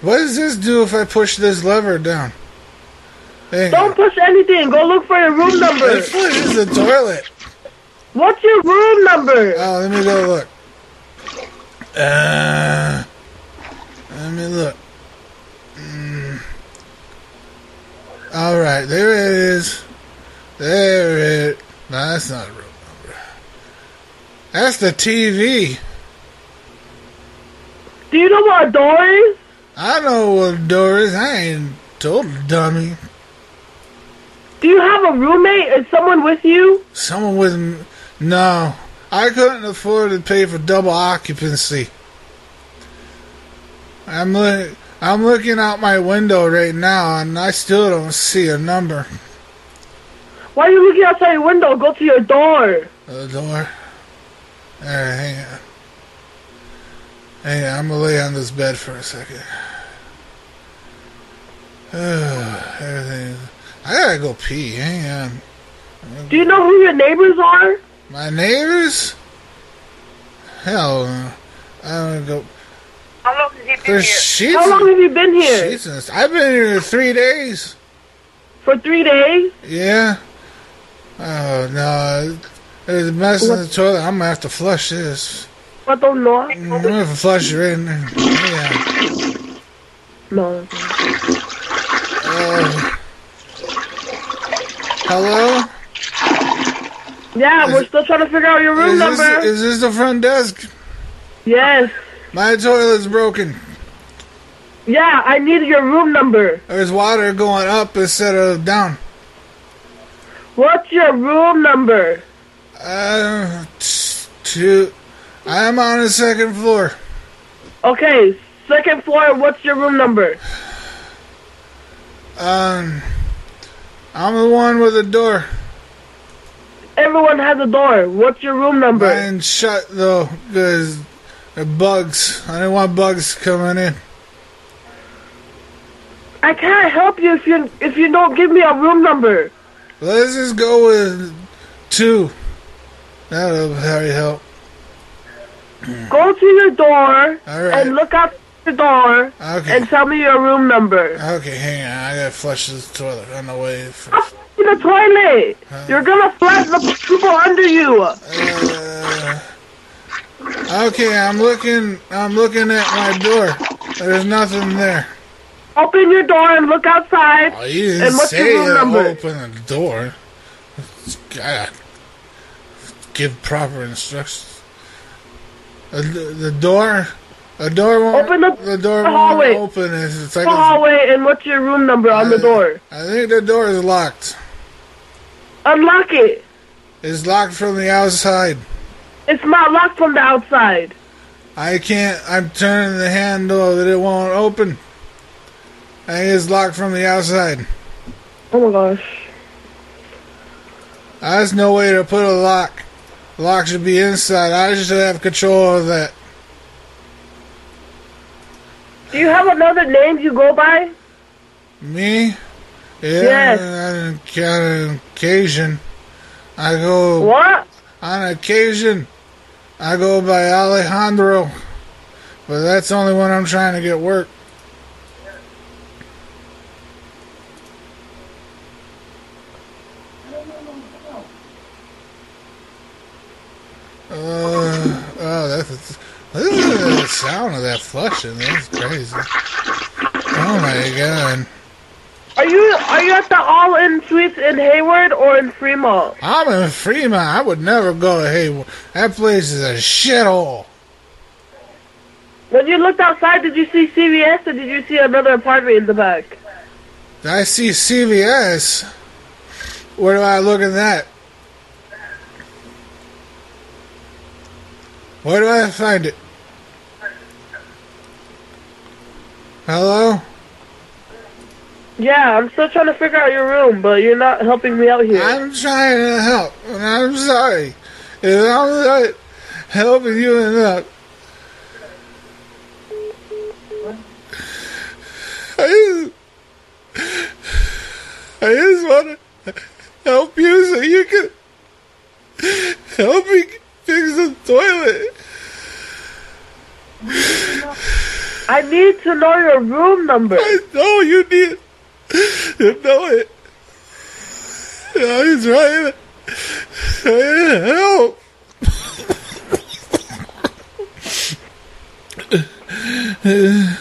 Speaker 10: What does this do if I push this lever down? Hang on.
Speaker 14: Don't push anything. Go look for your room number.
Speaker 10: This is the toilet.
Speaker 14: What's your room number?
Speaker 10: Oh, let me go look. Uh, let me look. Mm. All right, there it is. There it. No, that's not a real number. That's the TV.
Speaker 14: Do you know what a door is?
Speaker 10: I know what a door is. I ain't told dummy.
Speaker 14: Do you have a roommate? Is someone with you?
Speaker 10: Someone with m- no. I couldn't afford to pay for double occupancy. I'm look. I'm looking out my window right now, and I still don't see a number.
Speaker 14: Why are you looking outside your window? Go to your door.
Speaker 10: The door. All right, hang on. Hang on. I'm gonna lay on this bed for a second. Everything. I gotta go pee. Hang on.
Speaker 14: Do you know who your neighbors are?
Speaker 10: My neighbors? Hell, no. I don't go.
Speaker 20: How long has he been
Speaker 10: There's sheets.
Speaker 14: How long have you been here?
Speaker 10: sheets and st- I've been here three days.
Speaker 14: For three days?
Speaker 10: Yeah. Oh no, there's a mess in the toilet. I'm gonna have to flush this.
Speaker 14: What the law?
Speaker 10: I'm gonna have to flush it in. there. Yeah.
Speaker 14: No.
Speaker 10: Oh. hello.
Speaker 14: Yeah, we're still trying to figure out your room
Speaker 10: is
Speaker 14: number.
Speaker 10: This, is this the front desk?
Speaker 14: Yes.
Speaker 10: My toilet's broken.
Speaker 14: Yeah, I need your room number.
Speaker 10: There's water going up instead of down.
Speaker 14: What's your room number?
Speaker 10: Uh, t- two. I'm on the second floor.
Speaker 14: Okay, second floor, what's your room number?
Speaker 10: Um, I'm the one with the door.
Speaker 14: Everyone has a door. What's your room number?
Speaker 10: Mine shut though, cause there are bugs. I didn't want bugs coming in.
Speaker 14: I can't help you if you if you don't give me a room number.
Speaker 10: Let's just go with two. That'll probably help.
Speaker 14: Go to your door
Speaker 10: Alright.
Speaker 14: and look out the door
Speaker 10: Okay.
Speaker 14: and tell me your room number.
Speaker 10: Okay, hang on. I gotta flush this toilet on the way. For-
Speaker 14: In the toilet. You're gonna flash the people under you.
Speaker 10: Uh, Okay, I'm looking. I'm looking at my door. There's nothing there.
Speaker 14: Open your door and look outside.
Speaker 10: Oh, you didn't
Speaker 14: and what's
Speaker 10: say
Speaker 14: your room
Speaker 10: to
Speaker 14: number?
Speaker 10: open the door. It's gotta give proper instructions. Uh, The, the door, a door won't open up the door
Speaker 14: the
Speaker 10: won't
Speaker 14: hallway.
Speaker 10: open. It's, it's
Speaker 14: The
Speaker 10: like
Speaker 14: hallway and what's your room number on the door?
Speaker 10: I think the door is locked.
Speaker 14: Unlock it.
Speaker 10: It's locked from the outside.
Speaker 14: It's not locked from the outside.
Speaker 10: I can't. I'm turning the handle that it won't open. I think it's locked from the outside.
Speaker 14: Oh my gosh.
Speaker 10: There's no way to put a lock. Lock should be inside. I should have control of that.
Speaker 14: Do you have another name you go by?
Speaker 10: Me? Yeah,
Speaker 14: Yes.
Speaker 10: On, on occasion, I go.
Speaker 14: What?
Speaker 10: On occasion, I go by Alejandro, but that's the only when I'm trying to get work. Uh, oh, that's listen to the sound of that flushing. That's crazy. Oh my god.
Speaker 14: Are you are you at the All In Suites in Hayward or in Fremont?
Speaker 10: I'm in Fremont. I would never go to Hayward. That place is a shithole.
Speaker 14: When you looked outside, did you see CVS or did you see another apartment in the back?
Speaker 10: I see CVS. Where do I look at that? Where do I find it? Hello?
Speaker 14: Yeah, I'm still trying to figure out your room, but you're not helping me out here.
Speaker 10: I'm trying to help, and I'm sorry. If I'm not helping you enough. I just, I just want to help you so you can help me fix the toilet.
Speaker 14: I need to know your room number. I
Speaker 10: know you need to know it. I'm trying to, trying to help. I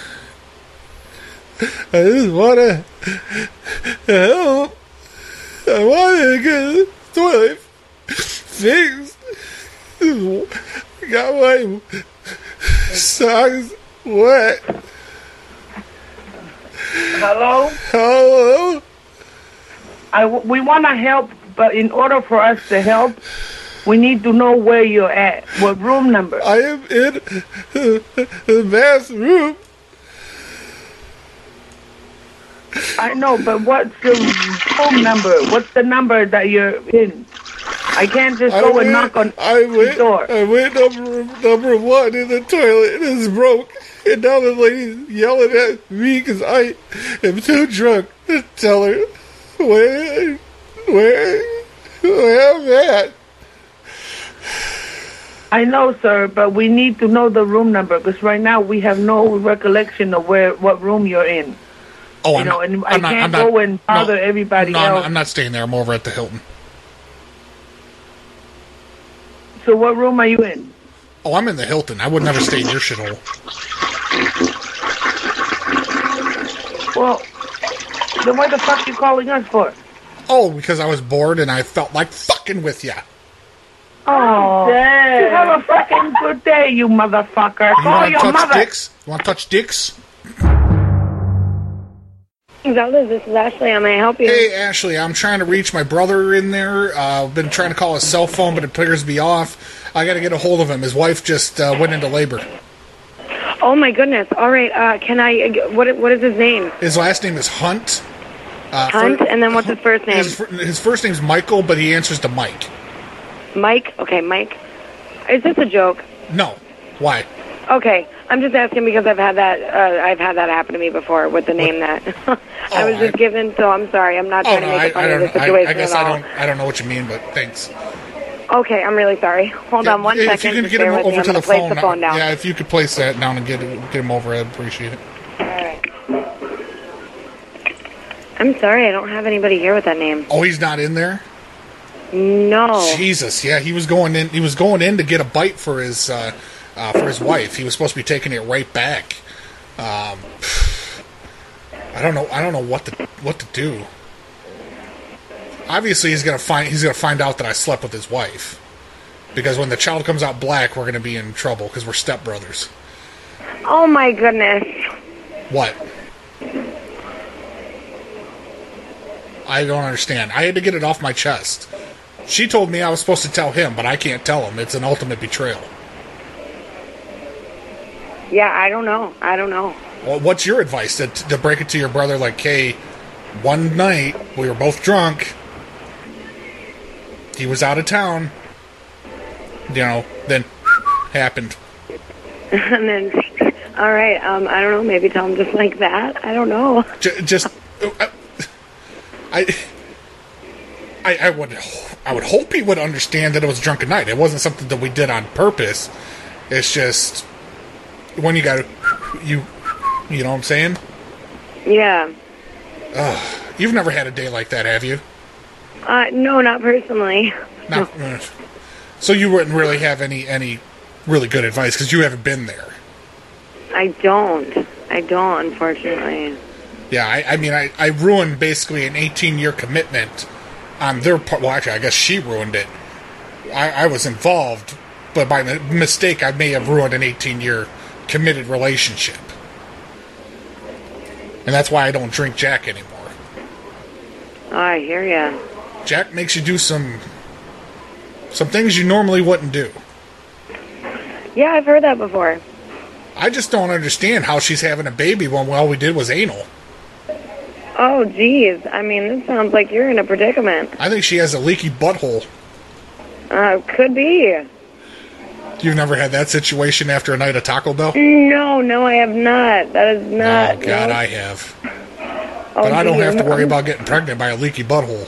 Speaker 10: just want to help. I want to get this toilet fixed. Got my socks wet.
Speaker 11: Hello?
Speaker 10: Hello?
Speaker 11: I w- we want to help, but in order for us to help, we need to know where you're at, what room number.
Speaker 10: I am in the bathroom.
Speaker 12: I know, but what's the phone number? What's the number that you're in? I can't just
Speaker 21: I
Speaker 12: go
Speaker 21: went-
Speaker 12: and knock on
Speaker 21: I went,
Speaker 12: door.
Speaker 21: I went number number one in the toilet and it's broke. And now the lady's yelling at me because I am too drunk to tell her where where where I'm at.
Speaker 12: I know, sir, but we need to know the room number because right now we have no recollection of where what room you're in.
Speaker 10: Oh,
Speaker 12: you
Speaker 10: I'm
Speaker 12: know,
Speaker 10: not,
Speaker 12: and
Speaker 10: I'm
Speaker 12: I
Speaker 10: not,
Speaker 12: can't
Speaker 10: I'm not,
Speaker 12: go and bother everybody
Speaker 10: no, I'm
Speaker 12: else.
Speaker 10: not- I'm not staying there. I'm over at the Hilton.
Speaker 12: So what room are you in?
Speaker 10: Oh, I'm in the Hilton. I would never stay in your shithole.
Speaker 12: Well, then what the fuck you calling us for?
Speaker 10: Oh, because I was bored and I felt like fucking with ya.
Speaker 12: Oh,
Speaker 22: Dang.
Speaker 12: you have a fucking good day, you motherfucker.
Speaker 10: You
Speaker 12: Call
Speaker 10: want to
Speaker 12: your
Speaker 10: touch
Speaker 12: mother.
Speaker 10: dicks? You want to touch dicks?
Speaker 8: Zelda, this is Ashley. How may I help you?
Speaker 10: Hey, Ashley, I'm trying to reach my brother in there. Uh, I've been trying to call his cell phone, but it appears to be off. I got to get a hold of him. His wife just uh, went into labor.
Speaker 8: Oh my goodness. All right. Uh, can I? What? What is his name?
Speaker 10: His last name is Hunt. Uh,
Speaker 8: Hunt.
Speaker 10: fir-
Speaker 8: and then what's his first name?
Speaker 10: his, fir- his first name's Michael, but he answers to Mike.
Speaker 8: Mike. Okay, Mike. Is this a joke?
Speaker 10: No. Why? Oh,
Speaker 8: Okay, I'm just asking because I've had that. Uh, I've had that happen to me before with the name that I was just given. So I'm sorry. I'm not
Speaker 10: Oh,
Speaker 8: trying
Speaker 10: no,
Speaker 8: to
Speaker 10: I,
Speaker 8: make
Speaker 10: I
Speaker 8: fun of
Speaker 10: don't
Speaker 8: the
Speaker 10: I,
Speaker 8: situation
Speaker 10: I guess
Speaker 8: at
Speaker 10: I
Speaker 8: all.
Speaker 10: don't, I don't know what you mean, but thanks.
Speaker 8: Okay, I'm really sorry. Hold on one
Speaker 10: if
Speaker 8: second.
Speaker 10: you can
Speaker 8: Just
Speaker 10: get
Speaker 8: bear
Speaker 10: him
Speaker 8: with me.
Speaker 10: over
Speaker 8: I'm
Speaker 10: to
Speaker 8: gonna
Speaker 10: the
Speaker 8: place
Speaker 10: phone.
Speaker 8: the phone down.
Speaker 10: Yeah, if you could place that down and get get him over, I'd appreciate it.
Speaker 8: I'm sorry. I don't have anybody here with that name.
Speaker 10: Oh, he's not in there.
Speaker 8: No.
Speaker 10: Jesus, yeah, he was going in. He was going in to get a bite for his uh, uh, for his wife. He was supposed to be taking it right back. Um, I don't know. I don't know what to what to do. Obviously, he's gonna find he's gonna find out that I slept with his wife. Because when the child comes out black, we're gonna be in trouble because we're stepbrothers.
Speaker 8: Oh my goodness.
Speaker 10: What? I don't understand. I had to get it off my chest. She told me I was supposed to tell him, but I can't tell him. It's an ultimate betrayal.
Speaker 8: Yeah, I don't know. I don't know.
Speaker 10: Well, what's your advice to, to break it to your brother? Like, hey, one night we were both drunk. He was out of town. You know, then happened.
Speaker 8: and then, all right, um, I don't know, maybe tell him just like that. I don't know.
Speaker 10: J- just uh, I, I I would I would hope he would understand that it was a drunken night. It wasn't something that we did on purpose. It's just when you got you you know what I'm saying?
Speaker 8: Yeah.
Speaker 10: Ugh, you've never had a day like that, have you?
Speaker 8: Uh, no, not personally.
Speaker 10: Not, eh. So you wouldn't really have any any really good advice because you haven't been there.
Speaker 8: I don't. I don't, unfortunately.
Speaker 10: Yeah, I, I mean, I, I ruined basically an 18 year commitment on their part. Well, actually, I guess she ruined it. I, I was involved, but by mi- mistake, I may have ruined an 18 year committed relationship. And that's why I don't drink Jack anymore.
Speaker 8: Oh, I hear ya.
Speaker 10: Jack makes you do some some things you normally wouldn't do.
Speaker 8: Yeah, I've heard that before.
Speaker 10: I just don't understand how she's having a baby when all we did was anal.
Speaker 8: Oh, geez. I mean, this sounds like you're in a predicament.
Speaker 10: I think she has a leaky butthole.
Speaker 8: Uh, could be.
Speaker 10: You've never had that situation after a night of Taco Bell?
Speaker 8: No, no, I have not. That is not.
Speaker 10: Oh God,
Speaker 8: no.
Speaker 10: I have.
Speaker 8: Oh,
Speaker 10: But I don't
Speaker 8: dear.
Speaker 10: have to worry about getting pregnant by a leaky butthole.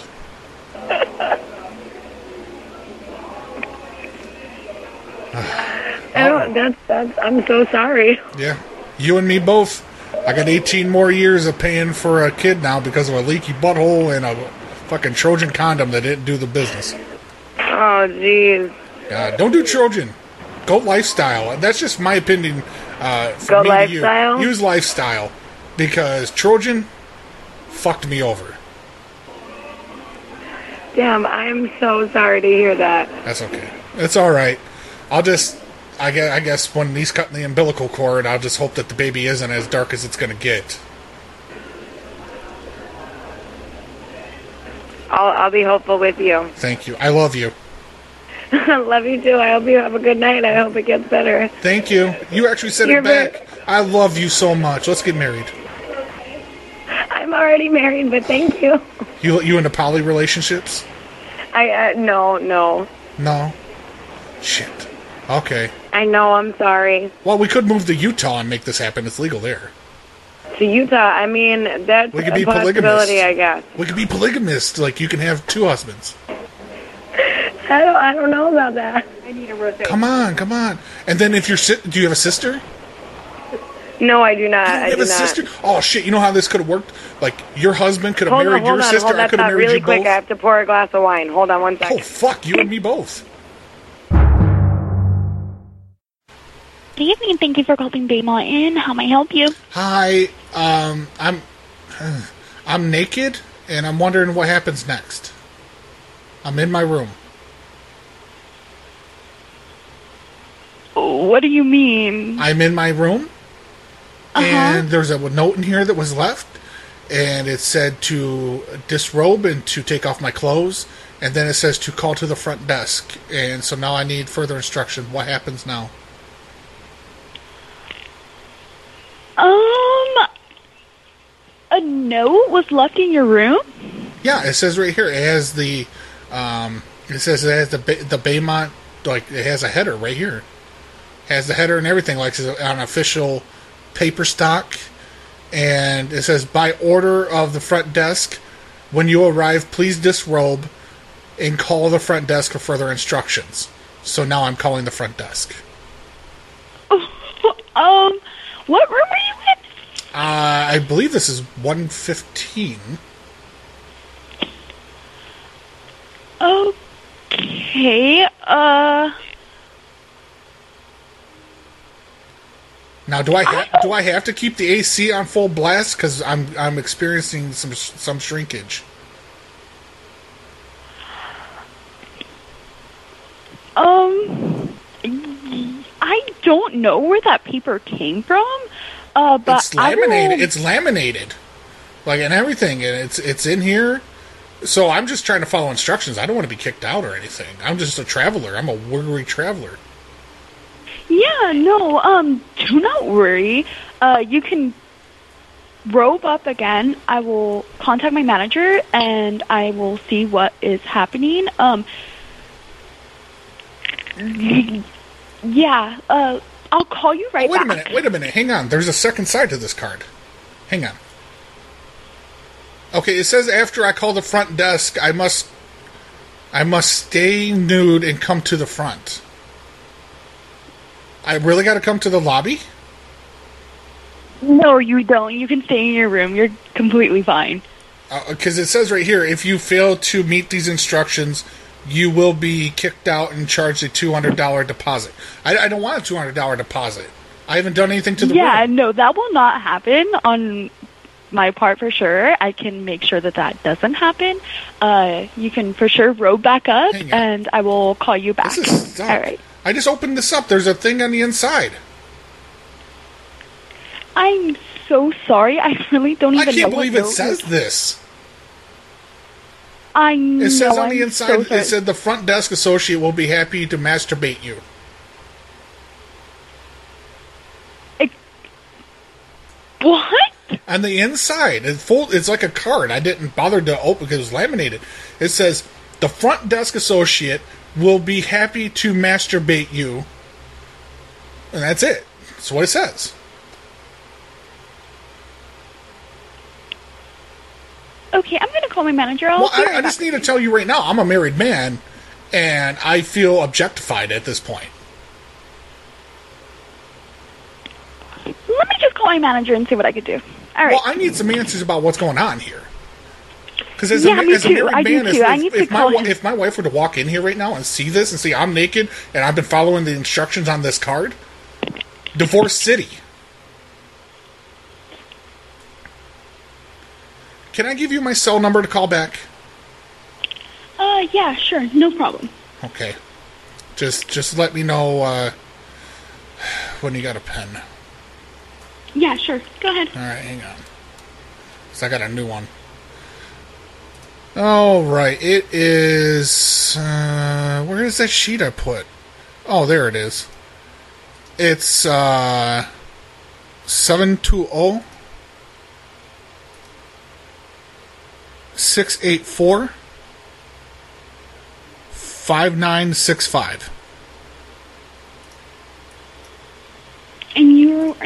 Speaker 8: I don't. Oh, That's. That's. I'm so sorry.
Speaker 10: Oh. Yeah, you and me both. I got 18 more years of paying for a kid now because of a leaky butthole and a fucking Trojan condom that didn't do the business.
Speaker 8: Oh, geez.
Speaker 10: God, don't do Trojan. Go lifestyle. That's just my opinion. Uh,
Speaker 8: Go
Speaker 10: from me to you.
Speaker 8: lifestyle?
Speaker 10: Use lifestyle because Trojan fucked me over.
Speaker 8: Damn, I am so sorry to hear that.
Speaker 10: That's okay. That's all right. I'll just, I guess, I guess when he's cutting the umbilical cord, I'll just hope that the baby isn't as dark as it's gonna get.
Speaker 8: I'll. I'll be hopeful with you.
Speaker 10: Thank you. I love you.
Speaker 8: Love you too. I hope you have a good night. I hope it gets better.
Speaker 10: Thank you. You actually said
Speaker 8: You're
Speaker 10: it back. I love you so much. Let's get married.
Speaker 8: I
Speaker 23: I'm already married, but thank you.
Speaker 10: You you into poly relationships?
Speaker 23: I uh, no, no.
Speaker 10: No. Shit. Okay.
Speaker 23: I know. I'm sorry.
Speaker 10: Well, we could move to Utah and make this happen. It's legal there.
Speaker 23: To Utah, I mean that's
Speaker 10: We could be
Speaker 23: a possibility,
Speaker 10: polygamists.
Speaker 23: I guess.
Speaker 10: We could be polygamist. Like you can have two husbands.
Speaker 23: I don't, I don't know about that. I need a rosé.
Speaker 10: Come on, come on. And then if you're si- do you have a sister?
Speaker 23: No, I do not.
Speaker 10: you
Speaker 23: I
Speaker 10: have
Speaker 23: do not.
Speaker 10: a sister. Oh shit! You know how this could have worked? Like your husband could have
Speaker 23: hold
Speaker 10: married
Speaker 23: on, hold
Speaker 10: your
Speaker 23: on,
Speaker 10: sister.
Speaker 23: hold
Speaker 10: I
Speaker 23: that
Speaker 10: could have
Speaker 23: thought
Speaker 10: married
Speaker 23: really
Speaker 10: you
Speaker 23: quick.
Speaker 10: both.
Speaker 23: I have to pour a glass of wine. Hold on one second.
Speaker 10: Oh fuck! You and me both.
Speaker 8: Good evening. Thank you for calling Baymont Inn. How may I help you?
Speaker 10: Hi. Um. I'm. I'm naked, and I'm wondering what happens next. I'm in my room.
Speaker 8: What do you mean?
Speaker 10: I'm in my room,
Speaker 8: Uh-huh.
Speaker 10: and there's a note in here that was left, and it said to disrobe and to take off my clothes, and then it says to call to the front desk. And so now I need further instruction. What happens now?
Speaker 8: Um, a note was left in your room.
Speaker 10: Yeah, it says right here. It has the, um, it says it has the Bay- the Baymont like it has a header right here, has the header and everything like it's on official paper stock, and it says by order of the front desk, when you arrive, please disrobe, and call the front desk for further instructions. So now I'm calling the front desk.
Speaker 8: Um, what room were you in?
Speaker 10: Uh, I believe this is one fifteen.
Speaker 8: Okay. Uh,
Speaker 10: Now, do I ha- do I have to keep the AC on full blast because I'm I'm experiencing some some shrinkage?
Speaker 8: um, I don't know where that paper came from. Uh, but
Speaker 10: It's laminated.
Speaker 8: I will-
Speaker 10: It's laminated, like and everything, and it's it's in here. So I'm just trying to follow instructions. I don't want to be kicked out or anything. I'm just a traveler. I'm a weary traveler.
Speaker 8: Yeah, no, um, do not worry. Uh, you can robe up again. I will contact my manager and I will see what is happening. Um, yeah, uh, I'll call you right
Speaker 10: Wait a
Speaker 8: back.
Speaker 10: minute. Wait a minute. Hang on. There's a second side to this card. Hang on. Okay, it says after I call the front desk, I must I must stay nude and come to the front. I really got to come to the lobby?
Speaker 8: No, you don't. You can stay in your room. You're completely fine.
Speaker 10: Because Uh, it says right here if you fail to meet these instructions, you will be kicked out and charged a $200 deposit. I, I don't want a $200 deposit. I haven't done anything to the room.
Speaker 8: yeah, no, that will not happen on my part for sure. I can make sure that that doesn't happen. Uh, you can for sure row back up, and I will call you back. All right.
Speaker 10: I just opened this up. There's a thing on the inside.
Speaker 8: I'm so sorry. I really don't
Speaker 10: I
Speaker 8: even.
Speaker 10: can't
Speaker 8: know what
Speaker 10: believe it
Speaker 8: note
Speaker 10: says this.
Speaker 8: I
Speaker 10: It says
Speaker 8: know,
Speaker 10: on the
Speaker 8: I'm so
Speaker 10: inside,
Speaker 8: sorry.
Speaker 10: it said the front desk associate will be happy to masturbate you.
Speaker 8: What?
Speaker 10: On the inside, it fold, it's like a card. I didn't bother to open because it was laminated. It says the front desk associate will be happy to masturbate you, and that's it. That's what it says.
Speaker 8: Okay, I'm gonna call my manager. I'll
Speaker 10: well,
Speaker 8: be
Speaker 10: I, I
Speaker 8: right
Speaker 10: just
Speaker 8: back.
Speaker 10: need to tell you right now, I'm a married man, and I feel objectified at this point.
Speaker 8: Let me just call my manager and see what I could do. All right.
Speaker 10: Well, I need some answers about what's going on here. Because as,
Speaker 8: Yeah,
Speaker 10: a, ma-
Speaker 8: me
Speaker 10: as a
Speaker 8: too.
Speaker 10: married
Speaker 8: I do
Speaker 10: man, if,
Speaker 8: too. I
Speaker 10: if-
Speaker 8: need to
Speaker 10: if my,
Speaker 8: call
Speaker 10: wa- if my wife were to walk in here right now and see this and see I'm naked and I've been following the instructions on this card, divorce city. Can I give you my cell number to call back?
Speaker 8: Uh, yeah, sure, no problem.
Speaker 10: Okay. Just just let me know uh, when you got a pen.
Speaker 8: Yeah, sure. Go ahead.
Speaker 10: All right, hang on. So I got a new one. All right, it is. Uh, where is that sheet I put? Oh, there it is. It's oh uh, seven two zero 684 5965.
Speaker 8: And you are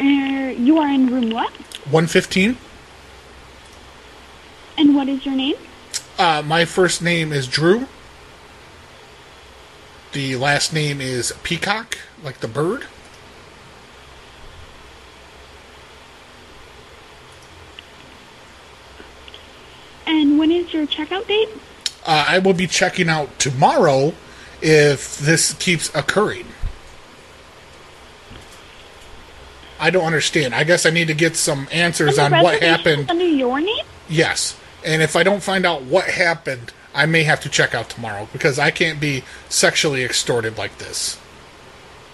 Speaker 8: you are in room what?
Speaker 10: 115.
Speaker 8: And what is your name?
Speaker 10: Uh, my first name is Drew. The last name is Peacock, like the bird.
Speaker 8: And when is your checkout date?
Speaker 10: Uh, I will be checking out tomorrow if this keeps occurring. I don't understand. I guess I need to get some answers
Speaker 8: The
Speaker 10: on what
Speaker 8: reservation's
Speaker 10: happened.
Speaker 8: Under your name?
Speaker 10: Yes. And if I don't find out what happened, I may have to check out tomorrow because I can't be sexually extorted like this.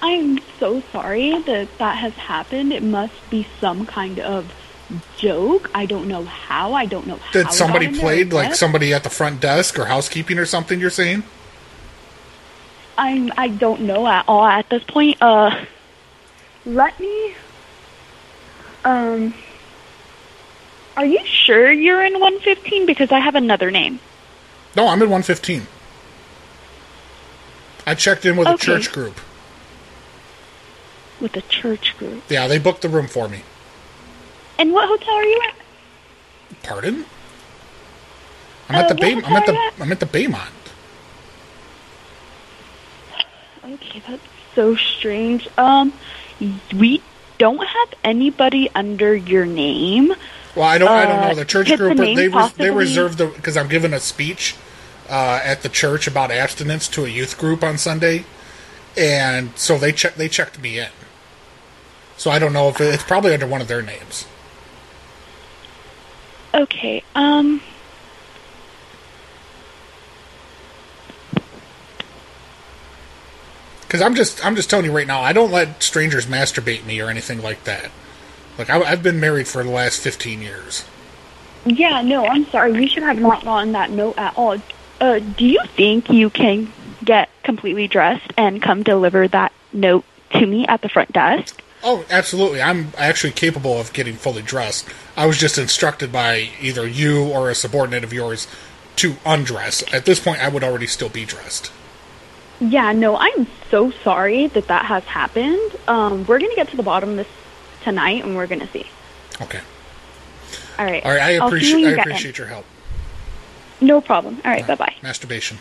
Speaker 8: I'm so sorry that that has happened. It must be some kind of joke. I don't know how. I don't know how.
Speaker 10: Did
Speaker 8: it
Speaker 10: somebody
Speaker 8: got in there,
Speaker 10: played like
Speaker 8: what.
Speaker 10: somebody at the front desk or housekeeping or something? You're saying?
Speaker 8: I'm. I don't know at all at this point. Uh, let me. Um, are you sure you're in 115? Because I have another name.
Speaker 10: No, I'm in 115. I checked in with a
Speaker 8: Okay.
Speaker 10: church group.
Speaker 8: With the church group.
Speaker 10: Yeah, they booked the room for me.
Speaker 8: And what hotel are you at?
Speaker 10: Pardon? I'm
Speaker 8: Uh,
Speaker 10: at the
Speaker 8: what
Speaker 10: Bay.
Speaker 8: hotel
Speaker 10: I'm at
Speaker 8: are you
Speaker 10: the. I'm at the Baymont.
Speaker 8: Okay, that's so strange. Um, we don't have anybody under your name.
Speaker 10: Well, I don't. I don't
Speaker 8: Uh,
Speaker 10: know the church
Speaker 8: could the
Speaker 10: group.
Speaker 8: name
Speaker 10: they res-
Speaker 8: possibly-
Speaker 10: they reserved the because I'm giving a speech uh, at the church about abstinence to a youth group on Sunday, and so they check they checked me in. So I don't know if it, it's probably under one of their names.
Speaker 8: Okay. Um.
Speaker 10: Because I'm just I'm just telling you right now, I don't let strangers masturbate me or anything like that. Like I, I've been married for the last 15 years.
Speaker 8: Yeah. No. I'm sorry. We should have not gotten that note at all. Uh, do you think you can get completely dressed and come deliver that note to me at the front desk?
Speaker 10: Oh, absolutely. I'm actually capable of getting fully dressed. I was just instructed by either you or a subordinate of yours to undress. At this point, I would already still be dressed.
Speaker 8: Yeah. No. I'm so sorry that that has happened. Um, we're gonna get to the bottom of this tonight, and we're gonna see.
Speaker 10: Okay.
Speaker 8: All right.
Speaker 10: All right. I
Speaker 8: I'll see you when
Speaker 10: appreciate
Speaker 8: you
Speaker 10: I
Speaker 8: get in.
Speaker 10: appreciate your help.
Speaker 8: No problem. All right. Bye bye.
Speaker 10: Masturbation.